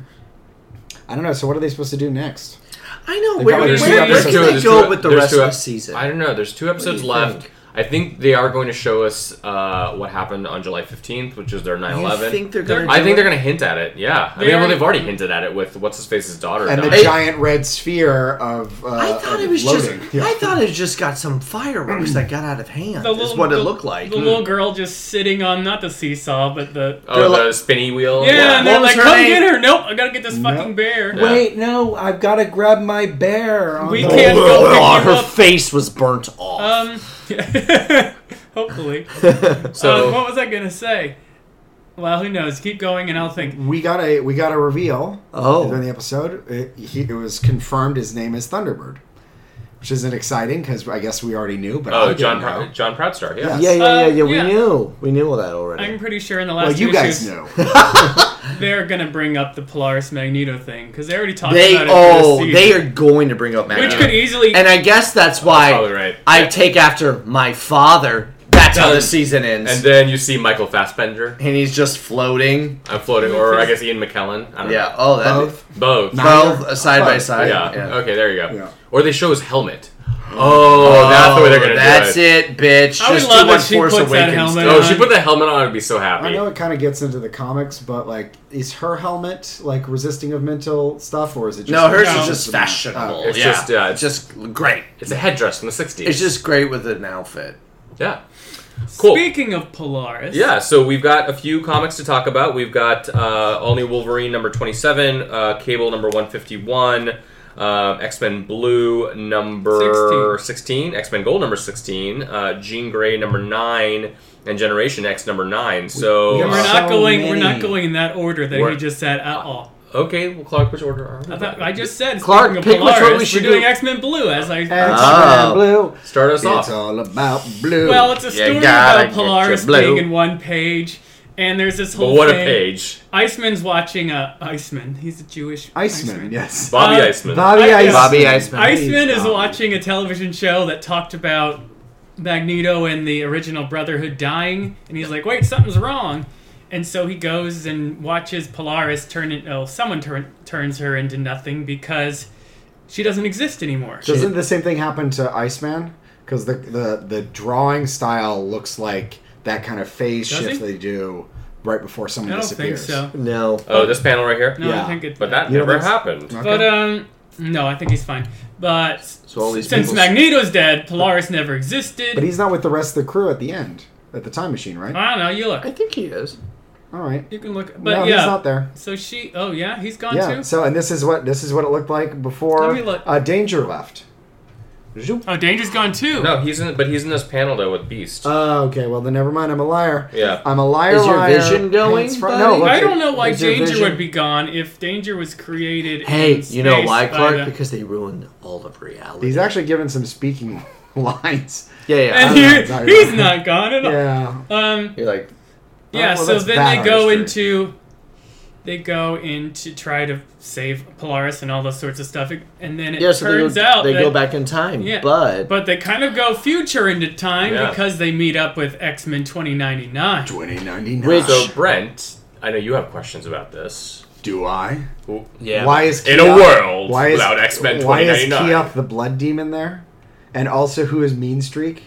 C: I don't know. So what are they supposed to do next?
E: I know.
C: They've
E: Where,
C: got, like,
E: where,
A: There's two
C: where
A: episodes-
E: can
C: two-
E: they
A: there's
E: go
A: two- e-
E: with the
A: there's
E: rest
A: two
E: of the
A: ep-
E: season?
A: I don't know. There's two episodes
E: you
A: left.
E: think?
A: I think they are going to show us uh, what happened on July 15th, which is their 9
E: You
A: 11.
E: think they're gonna?
A: I
E: do
A: think they're
E: it?
A: going to hint at it, yeah. I mean,
B: Very-
A: well, they've already hinted at it with What's His Face's daughter.
C: And the
A: dying.
C: giant red sphere of uh,
E: I thought
C: of
E: it was
C: loading.
E: just.
C: Yeah.
E: I thought it just got some fireworks that got out of hand.
B: The
E: Is
B: little-
E: what it
B: the-
E: looked like.
B: The little girl just sitting on not the seesaw, but the
A: oh,
E: they're
A: the
E: like-
A: spinny wheel.
B: yeah, and
E: What
B: they're
E: was
B: like,
E: her
B: "Come
E: name?"
B: get her!" Nope, I gotta get this
C: Nope.
B: fucking bear.
A: Yeah.
C: Wait, no, I've got to grab my bear. On
B: We
C: the-
B: can't go pick you
E: her
B: up.
E: face was burnt off.
B: Um, hopefully.
A: So,
B: um, what was I gonna say? Well, who knows? Keep going, and I'll think.
C: We got a we got a reveal during
E: oh,
C: the episode. It, he, it was confirmed his name is Thunderbird, which isn't exciting because I guess we already knew. But I
A: oh,
C: didn't
A: John,
C: know.
A: Prou- John Proudstar, yeah.
E: yeah, yeah, yeah, yeah.
B: Uh,
E: We
B: yeah.
E: knew. We knew all that already.
B: I'm pretty sure in the last
C: Well, you
B: two
C: guys
B: issues,
C: knew.
B: they're gonna bring up the Polaris Magneto thing because they already talked
E: they
B: about it.
E: oh,
B: for this
E: they
B: season,
E: are going to bring up
B: which
E: Magneto.
B: could Oh, easily.
E: and uh, I guess that's why
A: probably right.
E: I take after my father. That's how
A: Done.
E: the season ends.
A: And
E: And,
A: then you see Michael Fassbender.
E: he's just floating.
A: I'm floating, or I guess Ian McKellen. I don't
E: Yeah. Oh, that
C: Both.
A: know. Both.
C: Not-
E: both uh, side by
C: Both.
E: side.
A: yeah. Okay, there you go.
C: Yeah.
A: Or they show his helmet. Oh, that's the way they're going to do it.
E: That's it, bitch.
B: I would
E: just
B: love
E: do what
B: if she
E: Force
B: puts that
E: Awakens
B: helmet
E: does.
A: Oh, if she put that helmet on, I'd be so happy.
C: I know it kind of gets into the comics, but like, is her helmet like resisting of mental stuff, or is it just
E: No, hers
B: No.
E: is just fashionable.
C: Oh,
A: It's
E: yeah.
A: just, yeah,
E: it's just great.
A: It's a headdress from the 60s.
E: It's just great with an outfit.
A: yeah. Cool.
B: Speaking of Polaris,
A: Yeah, so we've got a few comics to talk about. We've got uh, All New Wolverine number 27, uh, Cable number 151, uh, X Men Blue number 16, X Men Gold number 16, uh, Jean Grey number 9, and Generation X number 9. So,
C: we
B: We're
C: got
A: uh,
B: not
C: So
B: going. We're
C: many.
B: not going in that order that
A: We're-
B: he just said at all.
A: okay, well, Clark, which order are we?
B: I, thought, I just said
E: Clark,
B: speaking of
E: pick which one
B: Polaris,
E: we should
B: we're doing
E: do.
B: X Men Blue as I
C: X-Men
E: Ah.
C: blue?
A: Start us
C: Oh. It's
A: off.
C: all about blue.
B: Well, it's a story about
E: gotta get your
B: Polaris
E: blue.
B: being in one page, and there's this
A: But
B: whole
A: what a
B: thing.
A: page.
B: Iceman's watching a Iceman. He's a Jewish
C: Iceman, yes.
A: Bobby
B: Uh,
A: Iceman.
C: Bobby
B: I-
C: Iceman.
E: Bobby Iceman.
B: Iceman is
C: Bobby.
B: watching a television show that talked about Magneto and the original Brotherhood dying, and he's like, "Wait, something's wrong," and so he goes and watches Polaris turn. In, oh, someone turn, turns her into nothing because she doesn't exist anymore.
C: Doesn't the same thing happen to Iceman? Because the, the the drawing style looks like that kind of phase
B: Does
C: shift
B: he?
C: they do right before someone
B: I don't think
C: disappears.
B: so.
E: No.
A: Oh, this panel right here?
B: No, I
C: Yeah.
B: think it.
A: But that
C: You don't
A: never
C: think so?
A: happened.
C: Okay.
B: But um, no, I think he's fine. But
E: So all these
B: since
E: people-
B: Magneto's dead, Polaris never existed.
C: But he's not with the rest of the crew at the end at the time machine, right?
B: I don't know. You look.
E: I think he is.
C: All right.
B: You can look. Uh, But
C: no,
B: yeah.
C: he's not there.
B: So she. Oh yeah, he's gone
C: Yeah.
B: too.
C: So and this is what this is what it looked like before
B: Let me look.
C: uh, Danger left. Zoop.
B: oh, Danger's gone too.
A: No, he's in, but he's in this panel though with Beast.
C: Oh, okay. Well, then never mind. I'm a liar.
A: Yeah.
C: I'm a liar.
E: Is your
C: liar,
E: vision going,
C: paints fr-
E: buddy?
C: No. Look,
B: I
C: it-
B: don't know why
C: is your
B: Danger
C: vision-
B: would be gone if Danger was created.
E: Hey,
B: in
E: you know
B: space
E: why,
B: by
E: Clark?
B: the-
E: Because they ruined all of reality.
C: He's actually given some speaking lines.
E: Yeah, yeah.
B: and
E: I-
C: know,
B: here,
C: it's not
B: he's
C: even-
B: not gone at all.
C: Yeah.
B: Um.
E: You're like,
B: Yeah.
C: well,
B: so
C: that's
B: then
C: bad
B: they go
C: artistry.
B: into. They go in to try to save Polaris and all those sorts of stuff, and then it
E: yeah. So
B: turns
E: they go,
B: out
E: they
B: that
E: go back in time,
B: Yeah,
E: but
B: But they kind of go future into time
A: Yeah.
B: because they meet up with X Men 2099.
C: 2099.
E: Which-
A: So Brent, I know you have questions about this.
C: do I?
E: yeah.
C: Why is
A: In a
C: Keough-
A: world
C: why is,
A: without X-Men
C: Why is
A: 2099?
C: Keough the blood demon there? And also, who is Mean Streak?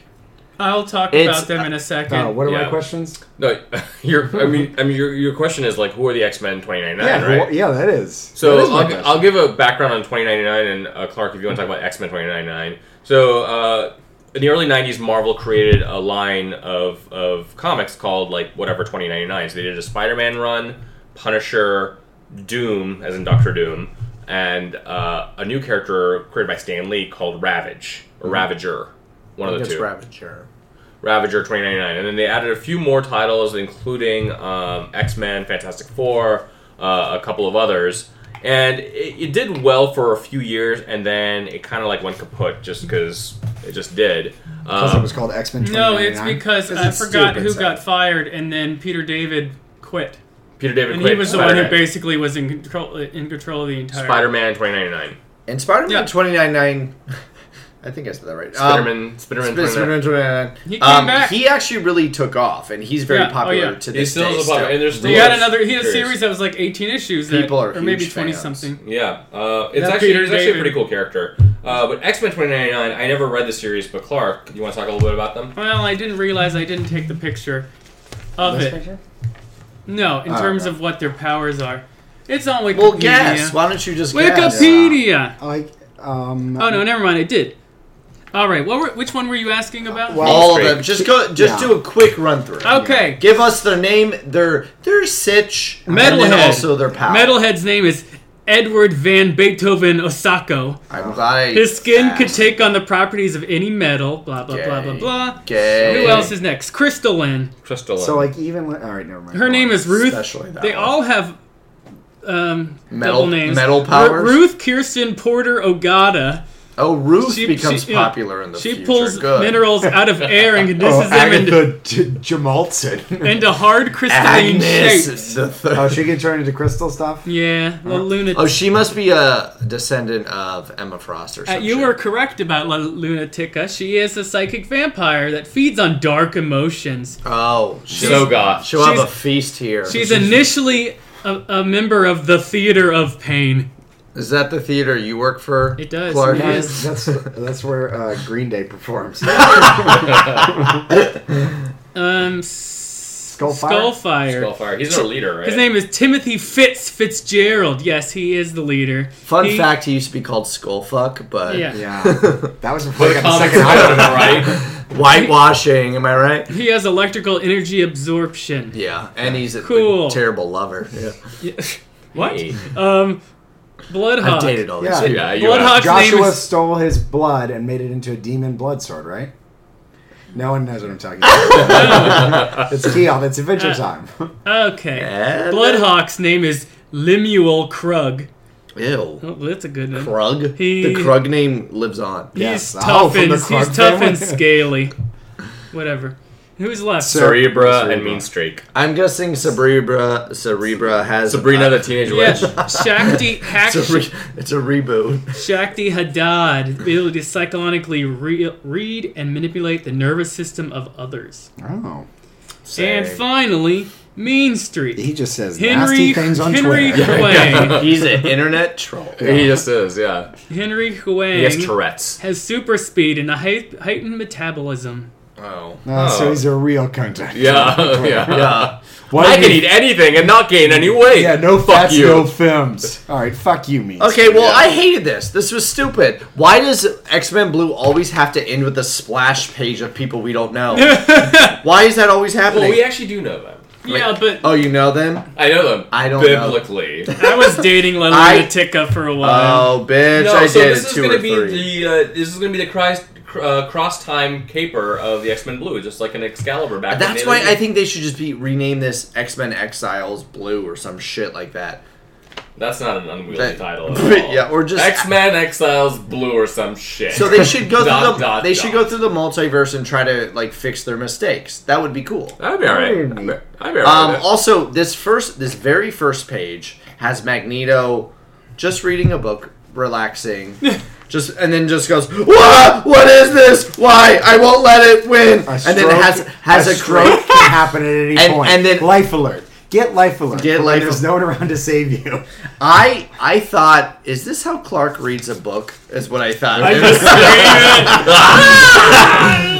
B: I'll talk
E: It's-
B: about them in a second.
C: Uh, what are my
A: Yeah.
C: questions?
A: No, your I mean, I mean, your, your question is like, who are the X Men twenty ninety nine,
C: yeah,
A: right?
C: who- yeah, that is.
A: So
C: that is my
A: I'll,
C: question.
A: I'll give a background on 2099 and uh, Clark, if you want to talk about X Men 2099. So uh, in the early 90s, Marvel created a line of, of comics called like whatever 2099. So they did a Spider Man run, Punisher, Doom, as in Doctor Doom, and uh, a new character created by Stan Lee called Ravage or
C: Mm-hmm.
A: Ravager, one of the
E: It's
A: two.
E: Ravager.
A: Ravager 2099. And then they added a few more titles, including um, X Men, Fantastic Four, uh, a couple of others. and it, it did well for a few years, and then it kind of like went kaput just because it just did.
C: Because
A: Um,
C: it was called X Men.
E: Oh,
B: No, it's because I
C: it's
B: forgot
C: stupid,
B: who
C: so.
B: got fired, and then Peter David quit,
A: Peter David
B: and
A: quit
B: he was the one who
A: Spider-Man.
B: basically was in control in control of the entire.
A: Spider-Man
C: Um,
A: 2099.
E: And Spider
B: Yeah.
E: Man 299. I think I said that right. Um,
A: Spider-Man, Spider-Man 2099.
E: Spider-Man 299.
B: He came
E: um,
B: back.
E: He actually really took off, and he's very
B: Yeah, oh,
E: popular
B: yeah.
E: to
A: He
E: this
A: still
E: day.
A: is a popular, and there's still
B: He had
A: a
B: another. He had a
A: series.
B: series that was like 18 issues. That,
E: People are
B: or maybe
E: huge
B: 20
E: fans.
B: something.
A: Yeah, uh, it's
B: That
A: actually
B: Peter
A: it's actually a
B: David-
A: pretty cool character. Uh, but X Men twenty ninety nine, I never read the series. But Clark, you want to talk a little bit about them?
B: Well, I didn't realize I didn't take the picture of it. No, in
C: Oh,
B: terms
C: okay.
B: of what their powers are, it's on Wikipedia.
E: Ah, Well, guess. Why don't you just guess?
B: Wikipedia.
C: Like, um,
B: Oh no, never mind. I did. All right. What were, which one were you asking about?
C: Well-
E: All of
A: Straight.
E: them. Just go. Just
C: Yeah.
E: do a quick run through.
B: okay.
E: Give us their name, their their sitch, and then
B: Metalhead.
E: also their power.
B: Metalhead's name is Edward Van Beethoven Osako.
E: I'm glad I
B: His skin could
E: asked.
B: take on the properties of any metal. Blah blah blah blah
E: Gay.
B: blah.
E: Gay.
B: Who else is next? Crystalline.
A: Crystal.
C: So like even all right, never mind.
B: Her name is Ruth.
E: Especially that
B: They
E: one.
B: all have um,
E: Metal-
B: double names.
E: metal
B: Ru-
E: powers?
B: Ruth Kirsten Porter Ogata.
E: Oh, Ruth
B: She-
E: becomes
B: she- yeah.
E: popular in the
B: She
E: future.
B: pulls
E: Good.
B: minerals out of air and condenses
C: Oh,
B: them into,
C: Agatha J- Jamalson.
B: into hard crystalline
E: Agnes
B: shapes.
E: is the third.
C: oh, she can turn into crystal stuff.
B: Yeah, the lunatic.
E: Oh, she must be a descendant of Emma Frost or
B: Uh,
E: something.
B: you were correct about La Lunatica. She is a psychic vampire that feeds on dark emotions.
E: Oh, she's,
A: so goth.
E: she'll have a
B: she's-
E: feast here.
B: She's initially a, a member of the Theater of Pain.
E: Is that the theater you work for?
B: It does,
E: Clark?
B: it is.
C: That's that's, that's where uh, Green Day performs.
B: Um, s-
C: Skullfire?
B: Skullfire.
A: Skullfire. He's our leader, right?
B: His name is Timothy Fitz Fitzgerald. Yes, he is the leader.
E: Fun
B: He-
E: fact: He used to be called Skullfuck, but
B: Yeah.
C: yeah, that was before I got the second
A: Comics, right?
C: item.
E: whitewashing. Am I right?
B: He has electrical energy absorption.
E: Yeah, and he's a
B: Cool.
E: terrible lover. Yeah,
B: What?
A: Hey.
B: Um, Bloodhawk.
E: I've dated all these.
C: Yeah.
E: people.
A: Yeah, you
B: Bloodhawk's name
C: Joshua
B: is
C: stole his blood and made it into a demon blood sword, right? No one knows what I'm talking about. it's Keon. It's
E: Uh,
C: adventure time.
B: okay.
E: And-
B: Bloodhawk's name is Lemuel Krug.
E: Ew.
B: Oh, that's a good name.
E: Krug.
B: He-
E: The Krug name lives on.
B: He's
C: Yes. Oh,
B: tough
C: from
B: and
C: the
B: he's
C: Krug
B: tough
C: family?
B: and scaly. Whatever. Who's left?
C: So-
A: Cerebra and Mean Streak.
E: I'm guessing Cerebra. Cerebra has
A: Sabrina the Teenage
B: yeah,
A: Witch.
B: Shakti Hak-
E: It's a, re- it's a reboot.
B: Shakti Hadad, ability to psychologically re- read and manipulate the nervous system of others.
C: Oh,
B: And finally, Mean Street.
C: he just says
B: Henry
C: nasty things on
B: Henry
C: Twitter.
B: Huang.
E: He's an internet troll.
A: He just is, yeah.
B: Henry Huang
A: He has Tourette's.
B: has super speed and a height- heightened metabolism.
E: Oh.
C: Uh, So he's a real contact.
A: Yeah, yeah.
E: Yeah.
C: Why
A: I
C: do
A: can
C: you-
A: eat anything and not gain any weight.
C: Yeah, no
A: fuck
C: fats,
A: you.
C: no films. All right, fuck you, me.
E: Okay, well, I hated this. This was stupid. Why does X Men Blue always have to end with a splash page of people we don't know? Why is that always happening?
A: well, we actually do know them.
B: Yeah, but
E: oh, you know them?
A: I know them.
E: I don't know.
A: biblically.
B: I was dating La
E: I-
B: Lunatica for a while.
E: Oh, bitch!
A: No,
E: I
A: so
E: did
A: this is
E: two
A: gonna
E: or
A: be
E: three.
A: the uh, this is gonna be the Christ, uh, cross time caper of the X Men Blue, just like an Excalibur back. when
E: That's
A: they
E: why
A: did-
E: I think they should just be rename this X Men Exiles Blue or some shit like that.
A: that's not an unwieldy
E: That-
A: title. At all.
E: yeah, or just-
A: X Men Exiles Blue or some shit.
E: So they should go
A: Dot,
E: through the
A: dot,
E: they
A: dot.
E: should go through the multiverse and try to like fix their mistakes. That would be cool.
A: That'd be alright. I'd be- I'd be alright.
E: Um,
A: with it.
E: also, this first, this very first page has Magneto just reading a book, relaxing, just and then just goes, "What? What is this? Why? I won't let it win!"
C: A
E: and then it has
C: stroke-
E: has a,
C: stroke
E: croak.
C: can happen at any
E: And-
C: point.
E: and then-
C: life alert. Get life alert.
E: Get
C: for when
E: life
C: There's
E: al-
C: no one around to save you.
E: I I thought, is this how Clark reads a book? Is what I thought.
B: I just I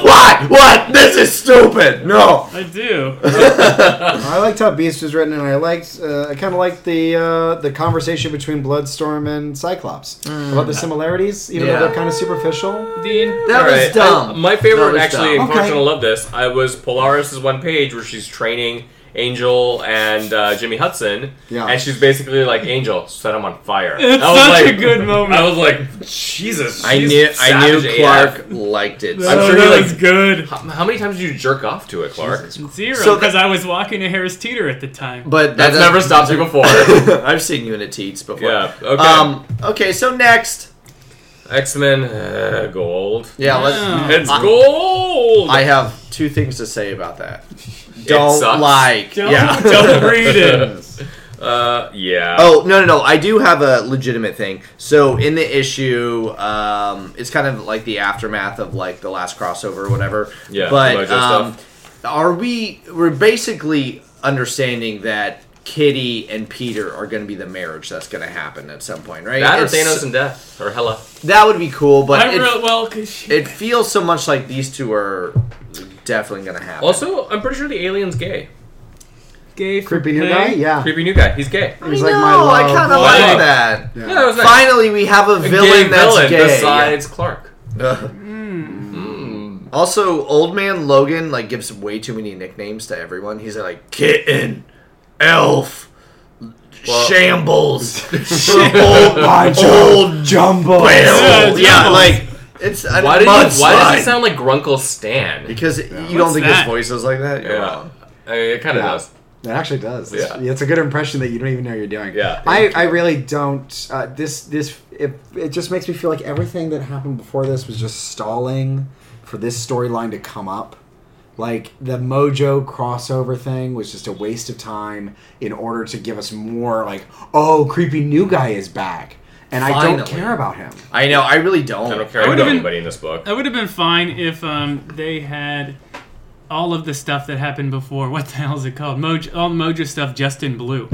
E: What? What? This is stupid. No.
B: do.
C: I liked how Beast was written, and I liked. Uh, I kind of liked the uh, the conversation between Bloodstorm and Cyclops about the similarities, even
E: Yeah.
C: though they're kind of superficial.
B: Dean.
E: That
A: All
E: was
A: right.
E: dumb.
A: I- my
E: That
A: favorite,
E: was
A: actually,
E: dumb.
A: and
C: Okay.
A: Clarkson will love this. I was Polaris' one page where she's training Angel and uh, Jimmy Hudson,
C: Yeah.
A: and she's basically like, "Angel, set him on fire."
B: It's
A: I was
B: such
A: like-
B: a good moment.
A: I was like, "Jesus!"
E: I
A: she's
E: knew I
A: savage
E: knew
A: AF.
E: Clark liked it.
A: I'm
B: Oh,
A: sure
B: that
A: you're
B: was
A: like-
B: good.
A: How, how many times did you jerk off to it, Clark?
B: Zero,
E: So
B: because
E: that-
B: I was walking to Harris Teeter at the time.
E: But that
A: That's never
E: doesn't-
A: stopped you before.
E: I've seen you in a teats before.
A: yeah. Okay.
E: Um. Okay. So next,
A: X Men uh, Gold.
E: yeah.
B: Yeah.
E: Let's.
A: It's gold.
E: I have two things to say about that.
A: It
E: Don't
A: sucks.
E: like.
B: don't,
E: yeah.
B: don't read it.
A: Uh, yeah.
E: Oh no no no! I do have a legitimate thing. So in the issue, um, it's kind of like the aftermath of like the last crossover or whatever.
A: Yeah,
E: But
A: the Mojo
E: um, are we? We're basically understanding that Kitty and Peter are going to be the marriage that's going to happen at some point, right?
A: that or
E: It's-
A: Thanos and Death or Hella.
E: that would be cool, but
B: I
E: it,
B: real well, cause she,
E: it feels so much like these two are definitely going to happen.
A: Also, I'm pretty sure the alien's gay.
B: gay for
C: Creepy new
B: pay.
C: guy? Yeah.
A: Creepy new guy. He's gay.
E: I
C: He's like
E: know,
C: my love.
E: I kind of
A: Why?
E: like that.
C: Yeah.
A: Yeah, that was nice.
E: Finally, we have a
A: A
E: villain
A: gay
E: that's
A: villain
E: gay.
A: besides Clark.
E: Ugh. Mm. Also, old man Logan like gives way too many nicknames to everyone. He's like kitten, elf,
A: Well-
E: shambles, old,
C: My
E: Old
C: jumbo.
E: barrel.
B: Yeah,
E: Yeah, like it's I
A: Why did you, why does
E: mudslide.
A: it sound like Grunkle Stan?
E: Because you don't
B: What's
E: think
B: that?
E: his voice is like that. You're
A: Yeah.
E: wrong.
A: I mean, it kind of
C: Yeah.
A: does.
C: It actually does. It's,
A: Yeah.
C: it's a good impression that you don't even know you're doing.
A: Yeah.
C: I, I really don't. Uh, this this it, it just makes me feel like everything that happened before this was just stalling for this storyline to come up. Like the Mojo crossover thing was just a waste of time in order to give us more like, oh, creepy new guy is back, and I don't
E: Finally.
C: care about him.
E: I know. I really don't.
A: I don't care
B: I would've
A: about
B: been-
A: anybody in this book.
B: That would have been fine if um, they had all of the stuff that happened before. What the hell is it called? Mojo, all Mojo stuff just in blue.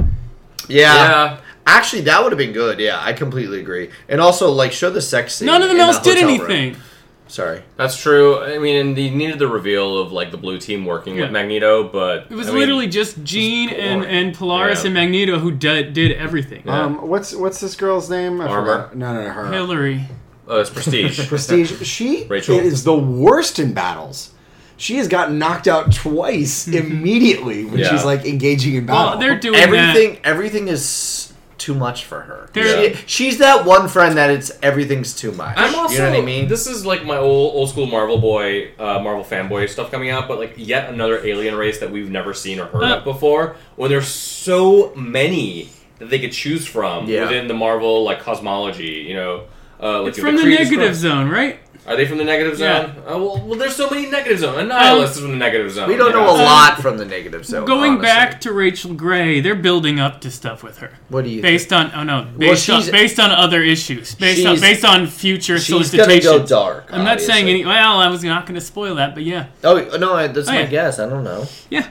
E: Yeah.
A: Yeah.
E: Actually, that would have been good. Yeah, I completely agree. And also, like, show the sex scene.
B: None of them
E: in the
B: else did
E: hotel
B: anything.
E: room. Sorry.
A: That's true. I mean, and they needed the reveal of like the blue team working
B: Yeah.
A: with Magneto, but
B: It was
A: I mean,
B: literally just Jean and,
E: boring.
B: and Polaris
A: Yeah.
B: and Magneto who did, did everything.
A: Yeah.
C: Um, what's what's this girl's name? I
A: Armor.
C: forgot. No, no, no, her.
B: Hillary.
A: uh, it's prestige.
C: Prestige. She
A: Rachel.
C: is the worst in battles. She has gotten knocked out twice immediately when
A: Yeah.
C: she's like engaging in battle.
B: Well, Oh, they're doing
E: Everything. Everything is too much for her.
B: There-
E: She- she's that one friend that it's everything's too much.
A: I'm also.
E: you know what I mean?
A: This is like my old old school Marvel boy, uh, Marvel fanboy stuff coming out, but like yet another alien race that we've never seen or heard
B: Uh.
A: of before. When there's so many that they could choose from
E: Yeah.
A: within the Marvel like cosmology, you know. Uh, like
B: That. From the
A: Kree-
B: negative zone, right?
A: Are they from the negative
B: Yeah.
A: zone? Uh, well, well, there's so many negative zone. Annihilus
B: Um,
A: is from the negative zone.
E: we don't know a
A: Yeah.
E: lot from the negative zone.
B: Going
E: honestly.
B: back to Rachel Gray, they're building up to stuff with her.
E: what do you? think?
B: Based on oh no, based on
E: she's-
B: based on other issues, based on
E: She's-
B: based on future
E: She's gonna
B: solicitations.
E: go dark.
B: I'm not saying
E: obviously.
B: any. Well, I was not going to spoil that, but yeah,
E: Oh no, I- that's
B: Oh,
E: my
B: yeah.
E: guess. I don't know.
B: yeah.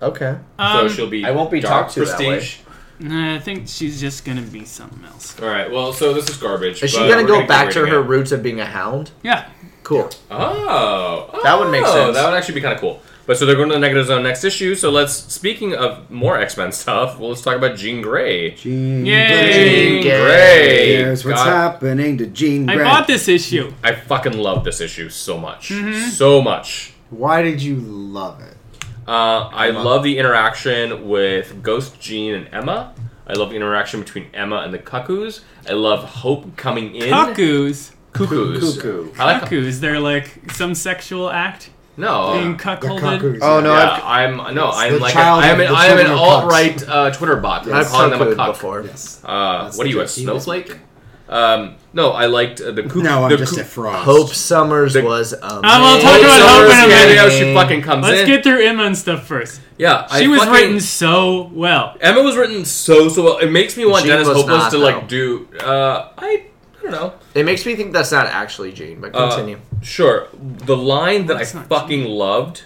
E: Okay.
A: So
B: Um,
A: she'll be.
E: I won't be
A: dark
E: talked to that way.
A: prestige.
B: nah, I think she's just going to be something else.
A: All right. Well, so this is garbage.
E: Is she
A: but
E: gonna
A: we're
E: go
A: keep
E: back to
A: reading
E: her
A: it.
E: roots of being a hound?
B: Yeah,
E: Cool.
A: Oh,
E: That would make
A: Oh,
E: sense.
A: That would actually be kind of cool. But so they're going to the negative zone next issue. So let's speaking of more X Men stuff. Well, let's talk about Jean Grey.
C: Jean
B: Yay.
C: Grey.
E: Jean Grey.
C: Here's what's
A: God,
C: happening to Jean
B: I
C: Grey.
B: bought this issue.
A: I fucking love this issue so much,
E: Mm-hmm.
A: so much.
C: Why did you love it?
A: Uh, I love the interaction with Ghost Jean and Emma. I love the interaction between Emma and the Cuckoos. I love Hope coming in.
B: Cuckoos,
A: Cuckoos.
E: Cuckoo.
A: I like Oh,
B: cuckoos. They're like some sexual act
A: no.
B: being
C: The
B: cuckolded.
C: cuckoos.
E: Oh, no.
A: Yeah, I'm no, I'm
C: the
A: like
C: child
A: I'm
C: of
A: an
C: the
A: I'm an
C: children of
A: alt right uh, Twitter bot. I'm
E: I've
A: calling them a
E: cuckooed
A: cuck.
E: before.
C: Yes.
A: Uh,
C: That's
A: what are
C: the
A: you, a
C: joke he was
A: snowflake?
C: making.
A: Um, no, I liked uh, the kook.
C: No, I'm
A: the
C: just
A: kook-
C: a frog.
E: Hope Summers
A: The-
E: was.
B: I will
A: Hope
B: talk about
A: Summers
B: Hope in a minute.
A: cameo, She fucking comes
B: Let's
A: in.
B: get through Emma and stuff first.
A: yeah,
B: She
A: I
B: was
A: fucking-
B: written so well.
A: Emma was written so so well. It makes me want
E: Jean
A: Dennis
E: was
A: Hopeless
E: not,
A: to
E: though.
A: like do. Uh, I I don't know.
E: It makes me think that's not actually Jean, but
A: Uh,
E: continue.
A: sure. The line that I
B: That's not
A: fucking loved,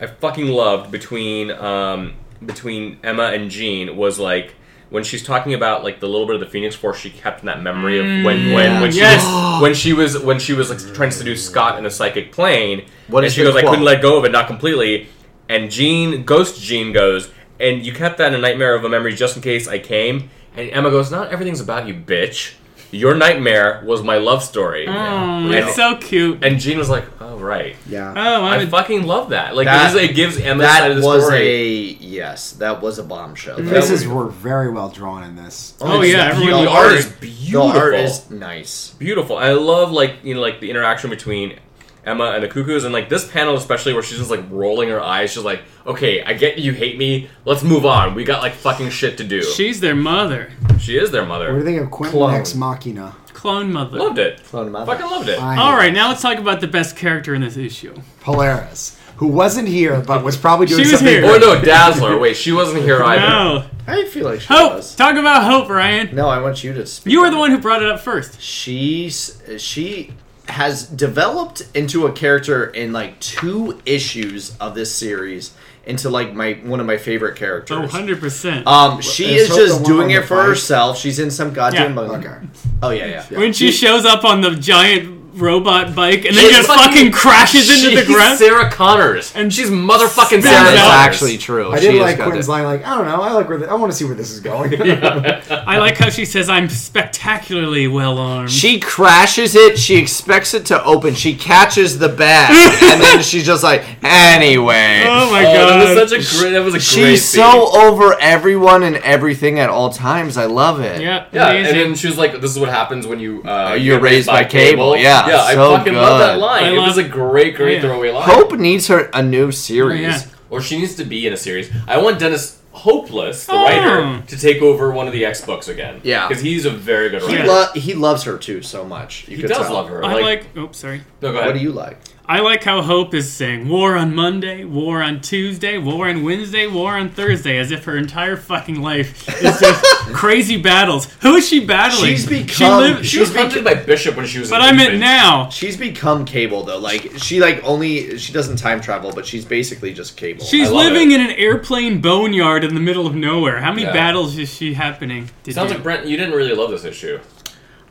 A: I fucking loved between um, between Emma and Jean was like when she's talking about like the little bit of the Phoenix Force she kept in that memory of when when when she
B: Mm, Yes.
A: was, when she was when she was like trying to seduce Scott in the psychic plane,
E: What
A: and
E: is
A: she
E: the
A: goes, "I
E: quote?
A: couldn't let go of it, not completely," and Jean Ghost Jean goes, "And you kept that in a nightmare of a memory just in case I came," and Emma goes, "Not everything's about you, bitch." Your nightmare was my love story.
B: Oh,
A: And-
B: it's so cute.
A: and Gene was like, "Oh right.
C: Yeah.
B: Oh,
A: I
B: I'm a
A: fucking love that. Like
E: That-
A: this is, it gives Emma side
E: That
A: of the
E: was
A: story.
E: a yes. That was a bombshell.
C: This
E: That
C: is were very well drawn in this.
B: Oh, yeah,
E: it's-
B: everyone-
E: the
B: the
E: art
B: art.
E: is
A: Beautiful.
E: The art is nice.
A: beautiful. I love like you know like the interaction between Emma and the Cuckoos, and like this panel especially where she's just like rolling her eyes. She's like, "Okay, I get you hate me. Let's move on. We got like fucking shit to do." She,
B: She's their mother,
A: is their
C: What do you
A: mother.
C: think of Quentin
E: Clone.
C: Ex Machina?
B: clone mother.
A: Loved it.
E: Clone mother.
A: Fucking loved it.
C: I-
B: All right, now let's talk about the best character in this issue.
C: Polaris, who wasn't here but was probably doing
B: was
C: something.
B: here.
A: Or no, Dazzler. Wait, she wasn't here either.
B: No,
E: I feel like she
B: Oh, Hope.
E: was.
B: Talk about Hope, Ryan.
E: No, I want you to speak.
B: You were the one who brought it up first.
E: She's she has developed into a character in like two issues of this series into like my one of my favorite characters.
B: Oh, 100%.
E: Um, she
C: Is
E: is
C: Hope the
E: just
C: one on
E: doing
C: the
E: it for
C: bike?
E: herself. She's in some goddamn.
B: Yeah.
E: bungalow.
C: Okay.
E: Oh yeah, yeah.
B: when she, shows up on the giant robot bike and then
A: She's
B: just fucking crashes into the
A: she's
B: ground.
A: Sarah Connors, and she's motherfucking Sarah.
B: That
A: Connors.
B: is
D: actually true.
C: I
D: She
C: did
D: is
C: like
D: good
C: Quentin's
D: at-
C: line, like I don't know, I like where the, I want to see where this is going.
B: I like how she says, I'm spectacularly well armed.
D: She crashes it. She expects it to open. She catches the bag, and then she's just like, anyway.
B: oh my
A: Oh,
B: god.
A: that was such a great. That was a great.
D: She's
A: scene.
D: so over everyone and everything at all times. I love it.
B: yeah,
A: Yeah,
B: amazing.
A: and then she was like, "This is what happens when you uh,
D: you're
A: get
D: raised by cable. Yeah,
A: yeah,
D: so
A: I fucking love that
D: good.
A: line.
B: I
A: it
B: love-
A: was a great, great
B: Yeah.
A: throwaway line.
D: Hope needs her a new series.
B: Oh, yeah.
A: or she needs to be in a series. I want Dennis Hopeless, the
B: Oh.
A: writer, to take over one of the X books again.
E: Yeah.
A: because he's a very good
E: He,
A: writer.
B: Yeah.
E: lo- he loves her too so much. You
A: He
E: could
A: does
E: tell.
A: love her.
B: I
A: like,
B: like, oops, sorry.
A: no, go ahead.
E: What do you like?
B: I like how Hope is saying war on Monday, war on Tuesday, war on Wednesday, war on Thursday, as if her entire fucking life is just crazy battles. Who is she battling?
E: She's become-
A: she
E: she's
A: was
E: being-
A: hunted by Bishop when she was.
B: but
A: an
B: I meant
A: infant.
B: now.
E: She's become cable though. Like she like only she doesn't time travel, but she's basically just cable.
B: She's
A: I love
B: living in an airplane boneyard in the middle of nowhere. How many
A: Yeah.
B: battles is she happening to
A: Sounds
B: do?
A: like Brent. You didn't really love this issue.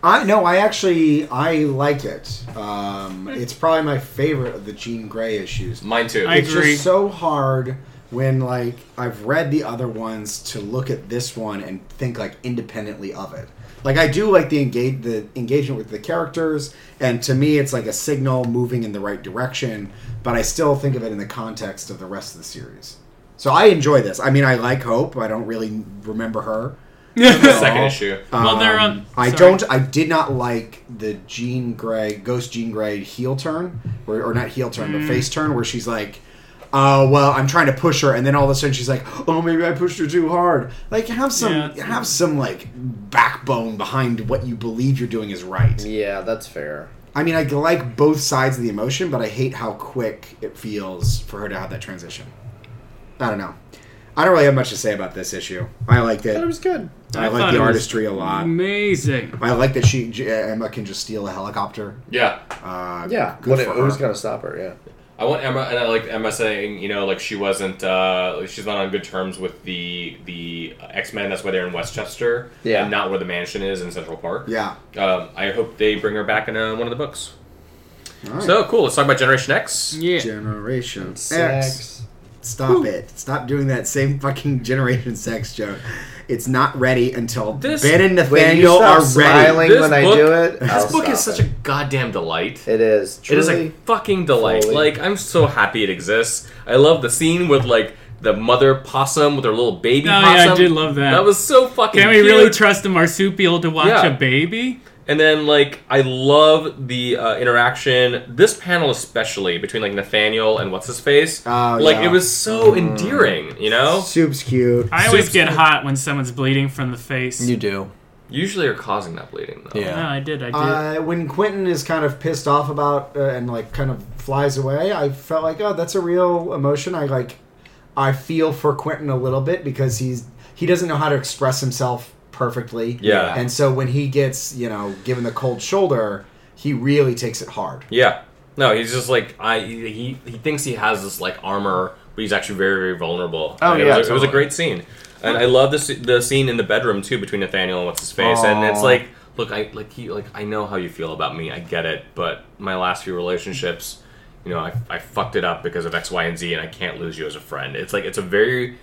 C: I no, I actually I like it. Um, it's probably my favorite of the Jean Grey issues.
A: Mine too.
B: I-
C: it's
B: agree.
C: just so hard when like I've read the other ones to look at this one and think like independently of it. Like I do like the engage the engagement with the characters, and to me it's like a signal moving in the right direction. But I still think of it in the context of the rest of the series. So I enjoy this. I mean, I like Hope. I don't really remember her.
A: Second issue.
B: well, they're um,
C: I
B: sorry.
C: don't. I did not like the Jean Grey, Ghost Jean Grey heel turn, or, or not heel turn,
B: Hmm.
C: but face turn, where she's like, "Oh well, I'm trying to push her," and then all of a sudden she's like, "Oh, maybe I pushed her too hard." Like, have some,
B: Yeah, it's-
C: have some like backbone behind what you believe you're doing is right.
E: yeah, that's fair.
C: I mean, I like both sides of the emotion, but I hate how quick it feels for her to have that transition. I don't know. I don't really have much to say about this issue. I liked it.
E: That was good.
C: I,
B: I thought
C: like the
B: it was
C: artistry a lot.
B: Amazing.
C: I like that she J- uh, Emma can just steal a helicopter.
A: Yeah,
C: Uh,
E: Yeah.
C: good
E: What-
C: for
E: who's
C: her.
E: gonna stop her? Yeah.
A: I want Emma, and I like Emma saying, you know, like she wasn't, uh, like, she's not on good terms with the the X Men. That's why they're in Westchester,
E: Yeah.
A: and not where the mansion is in Central Park.
C: Yeah.
A: Um, I hope they bring her back in uh, one of the books.
C: All right.
A: So cool. Let's talk about Generation X.
B: Yeah.
C: Generation X.
E: Sex.
C: Stop it! Stop doing that same fucking Generation Sex joke. It's not ready until
A: This-
C: Ben and
E: When you
C: Nathaniel
E: stop
C: are ready.
E: smiling
A: This
E: when I
A: book-
E: do it,
A: This
E: I'll
A: book
E: stop
A: is such
E: it.
A: a goddamn delight.
E: It is.
A: It
E: Truly,
A: is a fucking delight.
E: Fully.
A: Like I'm so happy it exists. I love the scene with like the mother possum with her little baby.
B: Oh,
A: possum.
B: yeah, I did love that.
A: That was so fucking.
B: Can we
A: cute.
B: really trust a marsupial to watch
A: Yeah.
B: a baby?
A: And then, like, I love the uh, interaction. This panel, especially between like Nathaniel and what's his face,
C: Oh,
A: like
C: yeah.
A: it was so endearing. You know,
C: Soup's cute.
B: I always
A: Soup-
B: get hot when someone's bleeding from the face.
D: You do.
A: usually are causing that bleeding though.
B: No, I did. I did.
C: Uh, when Quentin is kind of pissed off about uh, and like kind of flies away, I felt like, oh, that's a real emotion. I like, I feel for Quentin a little bit because he's he doesn't know how to express himself perfectly.
A: Yeah.
C: and so when he gets you know given the cold shoulder, he really takes it hard.
A: Yeah. No, he's just like I. He he thinks he has this like armor, but he's actually very very vulnerable.
D: Oh,
A: Like, it
D: yeah,
A: was, a- it was a
D: totally.
A: great scene, and I love this the scene in the bedroom too between Nathaniel and what's his face, and it's like, look, I like he like I know how you feel about me, I get it, but my last few relationships, you know, I I fucked it up because of X, Y, and Z, and I can't lose you as a friend. It's like it's a very,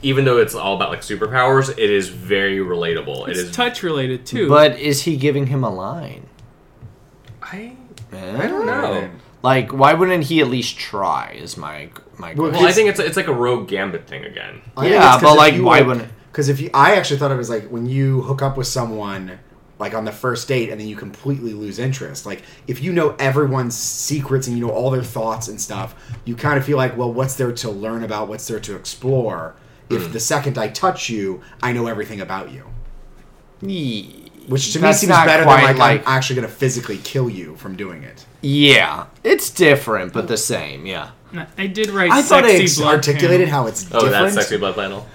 A: even though it's all about like superpowers, it is very relatable. It
B: it's
A: is.
B: touch related too.
D: But is he giving him a line?
A: I
D: I
A: don't know.
D: Like Like, why wouldn't he at least try? Is my my
A: Well,
C: Well,
D: question.
A: I think it's it's like a rogue gambit thing again.
D: Yeah, but, like, why wouldn't-
C: Because if you, I actually thought it was like when you hook up with someone, like on the first date, and then you completely lose interest. Like if you know everyone's secrets and you know all their thoughts and stuff, you kind of feel like, well, what's there to learn about? What's there to explore?
D: Hmm.
C: If the second I touch you, I know everything about you. Which to
D: That's
C: me seems
D: not
C: better than
D: quite
C: like,
D: like-
C: I'm actually going to physically kill you from doing it.
D: yeah, it's different, but the same. Yeah.
B: I did write.
C: I thought I
B: sexy
C: ex-
B: blood
C: articulated
B: panel.
C: how it's
A: Oh,
C: different.
A: that's sexy blood flannel.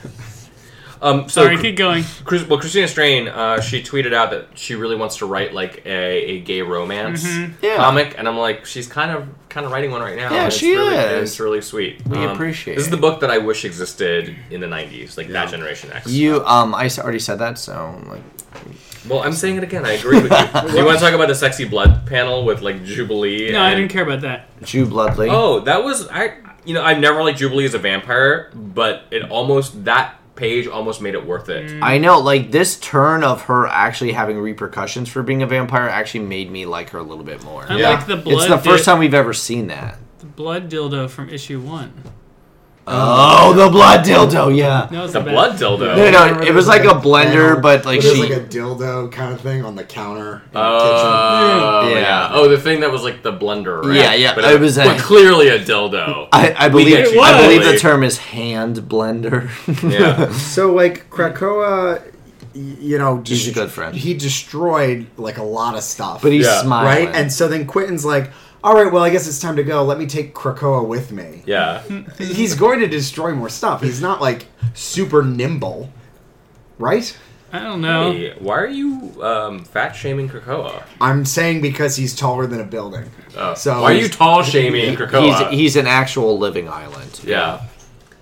A: Um, so
B: Sorry,
A: Cr-
B: keep going.
A: Chris, well, Christina Strain, uh, she tweeted out that she really wants to write like a, a gay romance
B: Mm-hmm.
D: Yeah.
A: comic, and I'm like, she's kind of kind of writing one right now.
D: Yeah,
A: and it's
D: she
A: really,
D: is.
A: It's really sweet. Um,
D: We appreciate
A: This is the
D: it.
A: book that I wish existed in the '90s, like that Generation X.
D: You um, I s- already said that, so like,
A: well, I'm saying it again. I agree with you. Do you want to talk about the sexy blood panel with like Jubilee?
B: No, I
A: and-
B: didn't care about that.
D: Jew Bloodley.
A: Oh, that was I. You know, I've never liked Jubilee as a vampire, but it almost that page almost made it worth
B: Mm.
A: it.
D: I know, like this turn of her actually having repercussions for being a vampire actually made me like her a little bit more.
B: I
A: Yeah.
B: like the blood.
D: It's the first
B: di-
D: time we've ever seen that.
B: the blood dildo from issue one.
D: Oh, the blood dildo, yeah.
B: No, it's
A: The
B: not bad.
A: blood dildo.
D: No, no,
C: Remember
D: it
C: there
D: was like a blender,
C: panel,
D: but like
C: there's
D: she.
C: like a dildo kind of thing on the counter. in the
A: Uh, Oh
D: Yeah.
A: yeah.
D: Yeah.
A: Oh, the thing that was like the blunder. Right?
D: Yeah, yeah,
A: But
D: it was a-
A: but clearly a dildo.
D: I, I
A: We
D: believe
A: get
B: you.
D: I believe the
A: Totally.
D: term is hand blender.
A: yeah.
D: uh,
C: So like Krakoa, y- you know,
D: He's
C: dest-
D: a good friend.
C: He destroyed like a lot of stuff,
D: but he's
A: Yeah.
D: smiling.
C: right. And so then Quentin's like, "All right, well, I guess it's time to go. Let me take Krakoa with me."
A: Yeah.
C: He's going to destroy more stuff. He's not like super nimble, right?
B: I don't know.
A: Hey, why are you um, fat shaming Krakoa?
C: I'm saying because he's taller than a building.
A: Oh.
C: So-
A: why are you tall shaming Krakoa?
D: he's he's an actual living island.
A: yeah.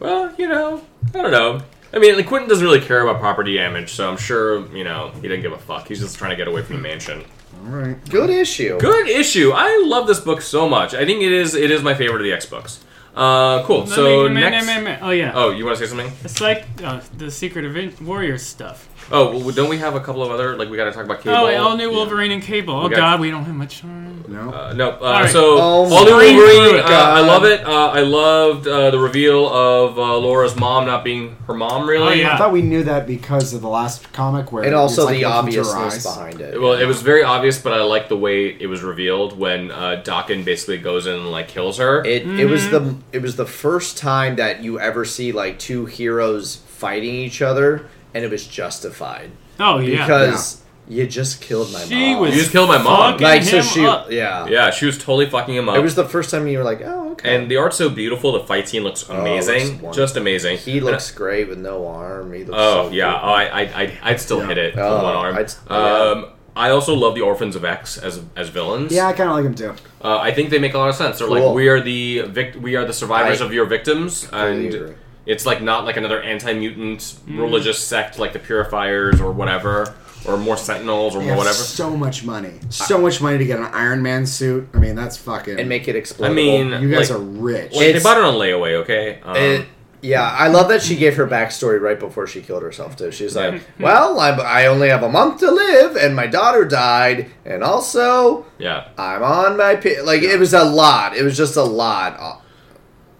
A: Well, you know, I don't know. I mean, like Quentin doesn't really care about property damage, so I'm sure you know he didn't give a fuck. He's just trying to get away from the mansion.
C: All right.
D: Good issue.
A: Good issue. I love this book so much. I think it is it is my favorite of the X books. Uh, cool. So
B: Meh, meh,
A: next.
B: meh, meh, meh. oh yeah,
A: Oh, you want to say something?
B: it's like uh, the Secret Event Warrior stuff.
A: Oh, well, don't we have a couple of other like we got to talk about cable?
B: Oh, all new Wolverine and Cable. Oh
A: We got-
B: God, we don't have much time.
C: No.
A: Uh, no, uh,
B: right.
A: so
D: Oh
A: all new
D: my
A: Wolverine. Uh,
D: God.
A: I love it. Uh, I loved uh, the reveal of uh, Laura's mom not being her mom. Really,
B: Oh, yeah.
C: I thought we knew that because of the last comic where
D: And also
C: it's, like,
D: the
C: looking through her
D: obviousness
C: eyes.
D: behind it.
A: Well, it was very obvious, but I like the way it was revealed when uh, Dokken basically goes in and like kills her.
E: It it was
D: Mm-hmm.
E: the it was the first time that you ever see like two heroes fighting each other, and it was justified
B: Oh yeah,
E: because you just killed my
B: she
E: mom.
B: was.
A: You just killed my mom.
B: fucking
E: like so
B: him
E: she
B: up.
E: yeah.
A: yeah, she was totally fucking him up.
E: It was the first time you were like, oh
A: Oh.
E: okay.
A: and the art's so beautiful. The fight scene looks
E: Oh, it looks
A: amazing,
E: wonderful.
A: just amazing.
E: he looks great with no arm. He looks
A: Oh
E: so
A: yeah,
E: cool.
A: oh, I, I, I, I'd still
C: Yeah.
A: hit it with
E: Oh,
A: one arm.
E: I'd- yeah.
A: um, I also love the Orphans of X as as villains.
C: Yeah, I kind of like him too.
A: uh, I think they make a lot of sense. They're
E: Cool.
A: like we are the vict- we are the survivors
E: I
A: of your victims, and
E: agree. Mm.
A: it's like not like another anti mutant religious sect like the Purifiers or whatever, or more Sentinels or
C: They
A: more
C: have
A: whatever.
C: So much money. So much money to get an Iron Man suit. I mean, that's fucking.
E: and make it Um, explode.
A: I mean,
C: you guys
A: like,
C: are rich.
A: like, they
E: It's-
A: bought it on layaway, okay? Um,
E: It, yeah, I love that she gave her backstory right before she killed herself too. She's like, "Well, I'm, I only have a month to live, and my daughter died, and also
A: yeah.
E: I'm on my pi-. like." It was a lot. It was just a lot. Uh,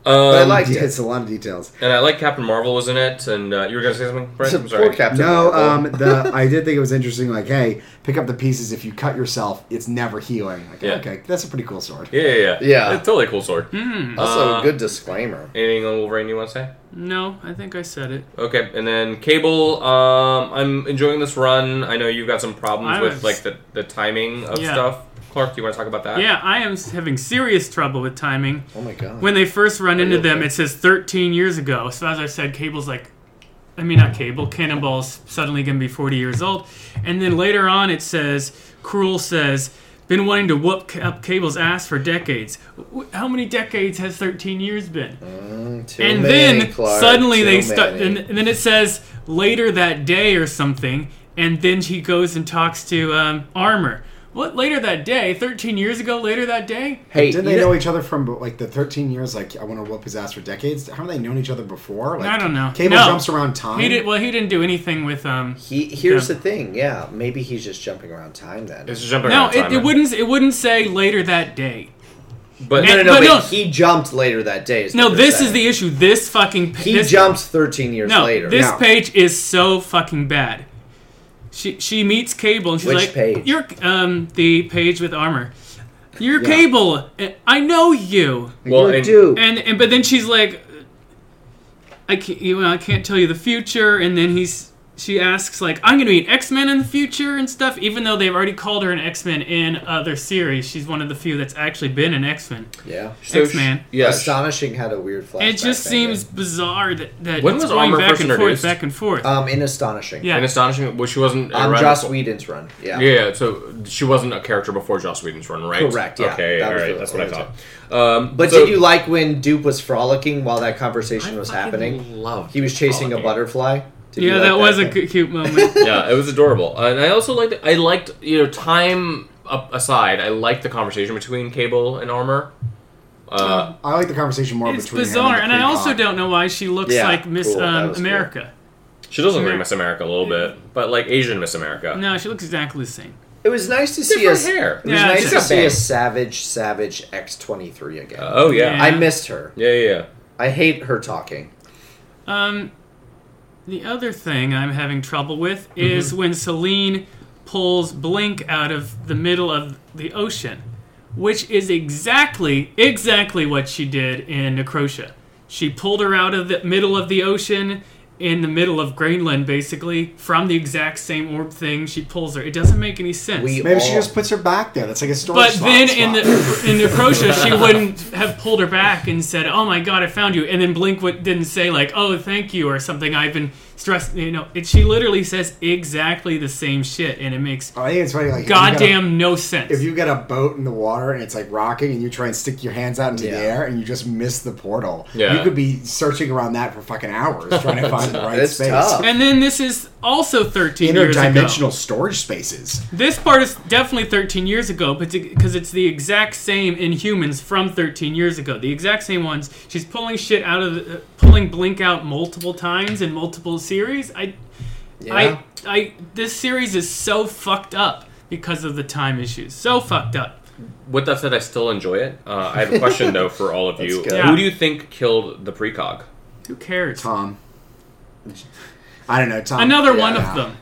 A: Um,
E: I like-
C: it's a lot of details.
A: and I like Captain Marvel was in it, and uh, you were gonna say something, Brent? I'm sorry.
E: Poor Captain.
C: No, um,
E: Marvel.
C: the I did think it was interesting. Like, hey, pick up the pieces. If you cut yourself, it's never healing. Like,
A: Yeah.
C: okay, that's a pretty cool sword.
A: yeah, yeah, yeah,
E: Yeah. Hmm?
A: It's totally a cool sword.
E: also
A: uh,
E: a good disclaimer.
A: Anything on Wolverine you want to say?
B: No, I think I said it.
A: Okay, and then Cable. Um, I'm enjoying this run. I know you've got some problems
B: I
A: with
B: was-
A: like the, the timing of
B: Yeah.
A: stuff. Clark, do you want to talk about that?
B: Yeah, I am having serious trouble with timing.
E: Oh my god.
B: When they first run into
E: okay?
B: them, it says 13 years ago. So as I said, Cable's like, I mean not Cable, Cannonball's suddenly gonna be 40 years old, and then later on it says, Cruel says, been wanting to whoop ca- up Cable's ass for decades. W- How many decades has 13 years been?
E: Too
B: and
E: many,
B: then
E: Clark,
B: suddenly
E: too
B: they start
E: many.
B: and, and then it says later that day or something and then he goes and talks to um, armor what later that day 13 years ago later that day
E: hey,
C: Didn't
E: you
C: they
E: know-
C: know each other from like the 13 years? Like, I want to whoop his ass for decades. Haven't they known each other before? Like,
B: I don't know.
C: Cable
B: No.
C: jumps around time.
B: he did well he didn't do anything with um
E: He, here's
B: Yeah.
E: the thing. Yeah, maybe he's just jumping around time then.
A: It's just jumping
B: no
A: around
B: it,
A: time.
B: it wouldn't it wouldn't say later that day
A: But
E: No, no,
B: And-
E: no,
B: but
E: but
B: no.
E: he jumped later that day. is
B: No,
E: what they're
B: this is
E: saying.
B: the issue. This fucking pa-
E: He
B: this,
E: jumped 13 years
B: No,
E: later.
B: this
C: No.
B: page is so fucking bad. She she meets Cable and she's
E: Which
B: like,
E: page?
B: "You're um the page with armor. You're
C: Yeah.
B: Cable. I know you."
A: well,
E: you
A: and-
E: do.
B: And and but then she's like, "I can't you know I can't tell you the future." And then he's she asks like, "I'm gonna be an X Men in the future and stuff," even though they've already called her an X Men in other series. She's one of the few that's actually been an X Men.
E: yeah.
A: so
B: X Man.
A: she- Yeah, she-
E: Astonishing had a weird flashback.
B: It just
E: thing,
B: seems bizarre that that
A: When
B: it's
A: was
B: going
A: Armor
B: back
A: first
B: and
A: introduced?
B: forth, back and forth.
E: Um, in Astonishing.
B: yeah.
A: and astonishing. Well, she wasn't.
E: On
A: around
E: Joss
A: before-
E: Whedon's run. Yeah.
A: Yeah, yeah, so she wasn't a character before Joss Whedon's run, right?
E: Correct, yeah.
A: Okay,
E: That
A: all
E: was
A: right,
E: the-
A: that's what I
E: the
A: thought. Um,
E: But
A: so-
E: did you like when Duke was frolicking while that conversation was
A: fucking
E: happening?
A: loved
E: He was chasing
A: frolicking.
E: a butterfly. Did you
B: yeah,
E: like
B: that was a
E: thing?
B: cu- cute moment.
A: yeah, it was adorable, and I also liked. I liked you know time up aside. I liked the conversation between Cable and Armor.
B: Oh.
A: Uh,
C: I like the conversation more
B: it's
C: between him
B: bizarre,
C: the
B: and I
C: creep
B: also
C: on.
B: don't know why she looks
E: Yeah,
B: like Miss
E: cool, that
B: um,
E: was cool.
B: America.
A: she does look like
B: Ameri-
A: Miss America a little bit, but like Asian Miss America.
B: No, she looks exactly the same.
E: It was nice to see
A: Different
E: us.
A: hair.
E: It was
B: Yeah,
E: nice
B: she's
E: to
A: got
E: see a
A: bangs.
E: savage, savage X twenty three again.
A: Oh yeah.
E: I missed her.
A: yeah, yeah, yeah.
E: I hate her talking.
B: Um, the other thing I'm having trouble with is when Celine pulls Blink out of the middle of the ocean, which is exactly exactly what she did in Necrotia. She pulled her out of the middle of the ocean in the middle of Greenland, basically from the exact same orb thing. She pulls her. It doesn't make any sense.
E: We
C: Maybe
E: all,
C: she just puts her back there. That's like a storage
B: But
C: slot-
B: then in
C: spot.
B: the in Necrotia, she wouldn't have pulled her back and said, "Oh my God, I found you," and then Blink would, didn't say like, "Oh, thank you" or something. I've been stressed, you know. It, she literally says exactly the same shit, and it makes
C: I think it's funny. Like if you got a-
B: goddamn no sense.
C: If you get a boat in the water and it's like rocking, and you try and stick your hands out into
E: Yeah.
C: the air, and you just miss the portal,
A: Yeah.
C: you could be searching around that for fucking hours trying to find the right
E: It's
C: space.
E: tough.
B: and then this is also 13 years ago.
C: Interdimensional storage spaces.
B: This part is definitely 13 years ago, but because it's the exact same Inhumans from 13 years ago, the exact same ones. She's pulling shit out of, the, uh, pulling Blink out multiple times in multiple series. I,
E: Yeah.
B: I, I, this series is so fucked up because of the time issues. So fucked up.
A: With that said, I still enjoy it. Uh, I have a question though for all of you.
E: good.
B: Yeah.
A: Who do you think killed the precog?
B: Who cares?
C: Tom. I don't know, Tom.
B: Another one
C: Yeah.
B: of them.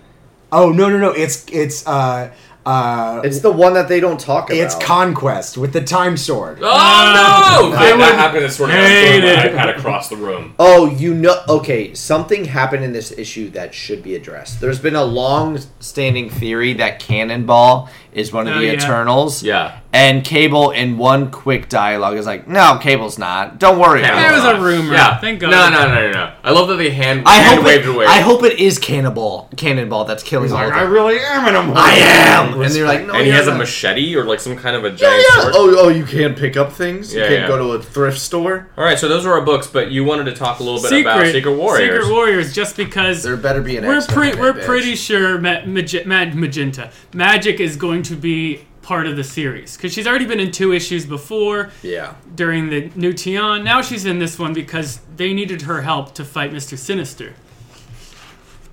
C: Oh no no no! It's it's uh uh
E: It's the one that they don't talk about.
C: it's conquest with the time sword.
B: Oh.
A: Oh no!
B: I would
A: that happened at Sword and
B: hate
A: Sorcery,
B: it.
A: my iPad across the room.
E: Oh, you know. Okay, something happened in this issue that should be addressed. There's been a long-standing theory that Cannonball is one of
B: Oh,
E: the
B: yeah.
E: Eternals.
A: Yeah.
E: And Cable, in one quick dialogue, is like, "No, Cable's not. Don't worry about
B: That
E: it."
B: was a rumor.
A: Yeah.
B: Thank God.
A: No, no, no, no, no. I love that they hand,
E: I
A: hand
E: hope
A: waved
E: it,
A: away.
E: I hope it is Cannonball. Cannonball that's killing all
C: Like,
E: of
C: I
E: them.
C: really am an immortal.
E: I am. And they're like, no,
A: and he
E: you're
A: has a
E: not.
A: machete or like some kind of a
E: Oh, Yeah,
A: giant
E: yeah.
A: sword.
E: Oh, oh, you can't pick up things.
A: Yeah,
E: you can't
A: yeah.
E: go to a thrift store.
A: All right, so those were our books, but you wanted to talk a little bit about Secret Warriors.
B: Secret Warriors, just because
E: There better be an.
B: we're
E: X-Men
B: pretty
E: in
B: we're
E: that bitch.
B: pretty sure Ma- Magi- Mad Magenta Magic is going to be part of the series because she's already been in two issues before
E: Yeah.
B: during the New Tion. Now she's in this one because they needed her help to fight Mister Sinister.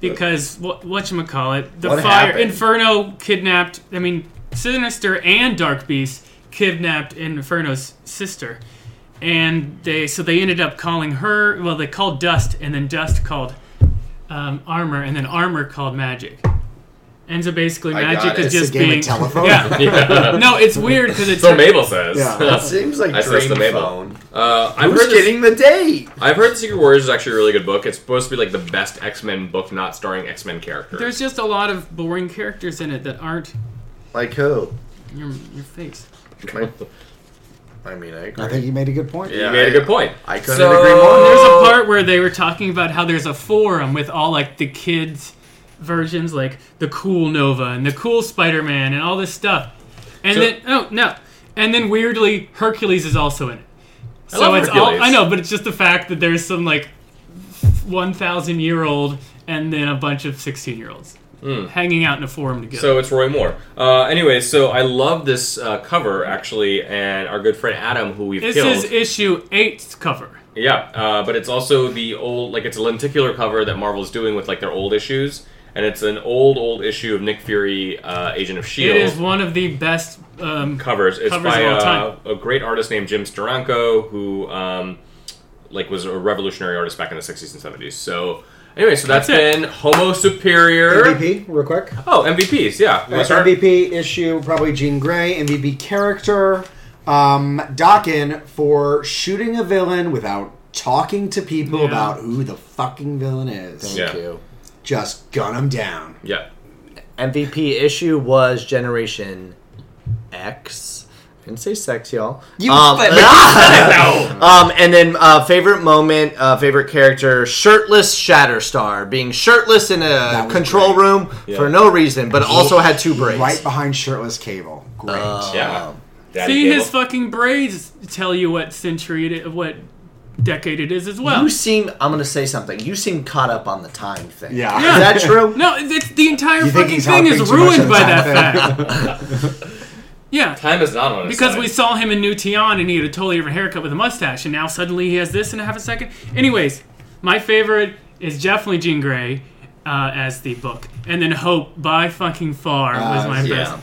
B: Because what call it the
E: What
B: fire
E: happened?
B: Inferno kidnapped. I mean, Sinister and Dark Beast kidnapped Inferno's sister, and they so they ended up calling her. Well, they called Dust, and then Dust called um, Armor, and then Armor called Magic. And so basically,
E: I got
B: Magic
E: it.
B: is
E: It's a
B: just
C: game of
B: being
C: telephone?
B: Yeah. no, it's weird because it's
A: So Mabel says.
C: Yeah.
E: Seems like
A: I said it's the
E: dream
A: Mabel.
E: phone.
A: Uh, I've
E: Who's
A: heard this-
E: getting the date?
A: I've heard the Secret Warriors is actually a really good book. It's supposed to be like the best X Men book not starring X Men characters.
B: There's just a lot of boring characters in it that aren't
E: Like who?
B: your, your face.
E: My- I mean, I agree.
C: I think you made a good point.
A: you
E: Yeah.
A: made a good point.
E: I couldn't
A: So-
E: agree more.
B: There's
A: Oh.
B: a part where they were talking about how there's a forum with all like the kids versions, like the cool Nova and the cool Spider-Man and all this stuff. And
A: So-
B: then oh no, and then weirdly Hercules is also in it. So
A: love
B: it's
A: Hercules.
B: all I know, but it's just the fact that there's some like one thousand year old and then a bunch of sixteen year olds hanging out in a forum together.
A: Hmm. So it's Roy Moore. Uh, anyway, so I love this uh, cover actually, and our good friend Adam, who we've
B: this
A: killed.
B: is issue eight's cover.
A: yeah, uh, but it's also the old, like it's a lenticular cover that Marvel's doing with like their old issues, and it's an old, old issue of Nick Fury, uh, Agent of
B: It
A: Shield.
B: is one of the best um,
A: covers. It's
B: Covers
A: by
B: of
A: uh,
B: all time.
A: a great artist named Jim Steranko, who um, like was a revolutionary artist back in the '60s and '70s. So anyway, so that's
B: That's
A: been Homo Superior.
C: MVP, real quick.
A: Oh, MVPs. Yeah, You wanna
C: That's
A: start?
C: MVP issue, probably Jean Grey. MVP character, um, Dokken for shooting a villain without talking to people
B: Yeah.
C: about who the fucking villain is.
D: Thank
A: Yeah.
D: you.
C: Just gun him down.
A: Yeah.
D: MVP issue was Generation X. I didn't say sex, y'all.
C: You-
D: um,
C: but-
D: um, and then uh, favorite moment, uh, favorite character, shirtless Shatterstar, being shirtless in a
C: was
D: control
C: great.
D: room
A: Yeah.
D: for no reason, but also had two braids.
C: Right behind shirtless cable. Great.
D: Uh,
A: Yeah. Daddy
B: See
A: Cable.
B: his fucking braids tell you what century it, what decade it is as well.
D: You
B: No,
D: seem.
E: I'm gonna say something. You seem caught up on the time thing.
C: yeah.
D: Is that true?
B: no, it's the entire
C: You think
B: fucking
C: he's
B: thing
C: hopping
B: is
C: too much
B: ruined
C: on
B: by
C: the
B: that
C: time
B: fact. yeah,
A: Time is not on his
B: because
A: side.
B: we saw him in New Tion and he had a totally different haircut with a mustache, and now suddenly he has this in a half a second. Anyways, my favorite is definitely Jean Grey uh, as the book, and then Hope by fucking far was
C: Uh,
B: my
E: Yeah.
B: best.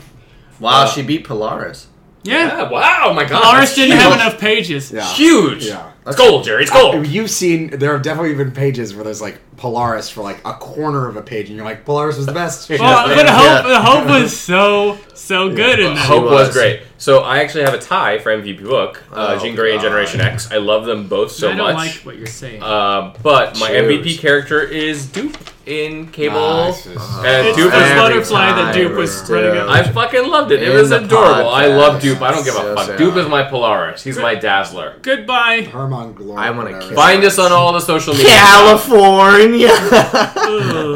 E: Wow,
A: Uh,
E: she beat Polaris.
B: Yeah,
A: Yeah, wow, my God.
B: Lars
A: that's
B: didn't have
A: huge.
B: enough pages.
C: Yeah.
A: Huge.
C: Yeah.
A: It's gold, Jerry. It's gold.
C: You've seen there have definitely been pages where there's like Polaris for like a corner of a page, and you're like, Polaris was the best. Ah,
B: Well, but Hope,
D: Yeah.
B: Hope was so so good in that.
A: Hope was.
D: was.
A: great. So I actually have a tie for MVP book, uh,
D: Oh,
A: Jean Grey and
D: God.
A: Generation X. I love them both so
B: I
A: much.
B: don't like what you're saying.
A: Uh, but my
D: Cheers.
A: MVP character is Dupe in Cable.
C: Ah, it's just-
D: Uh-huh.
A: and
B: it's
A: Dupe
B: the
A: was
D: every
B: butterfly that
D: time,
B: Duke was
D: bro.
B: running up.
A: I fucking loved it. It
D: In
A: was
D: the
A: adorable. I
D: podcast.
A: love Dupe. I don't give a
D: So
A: fuck.
D: sad.
A: Dupe is my Polaris. He's my dazzler.
B: Goodbye.
C: Herman Glory.
D: I wanna
C: whatever.
D: kill
A: Find us on all the social media.
D: California.
B: Ugh.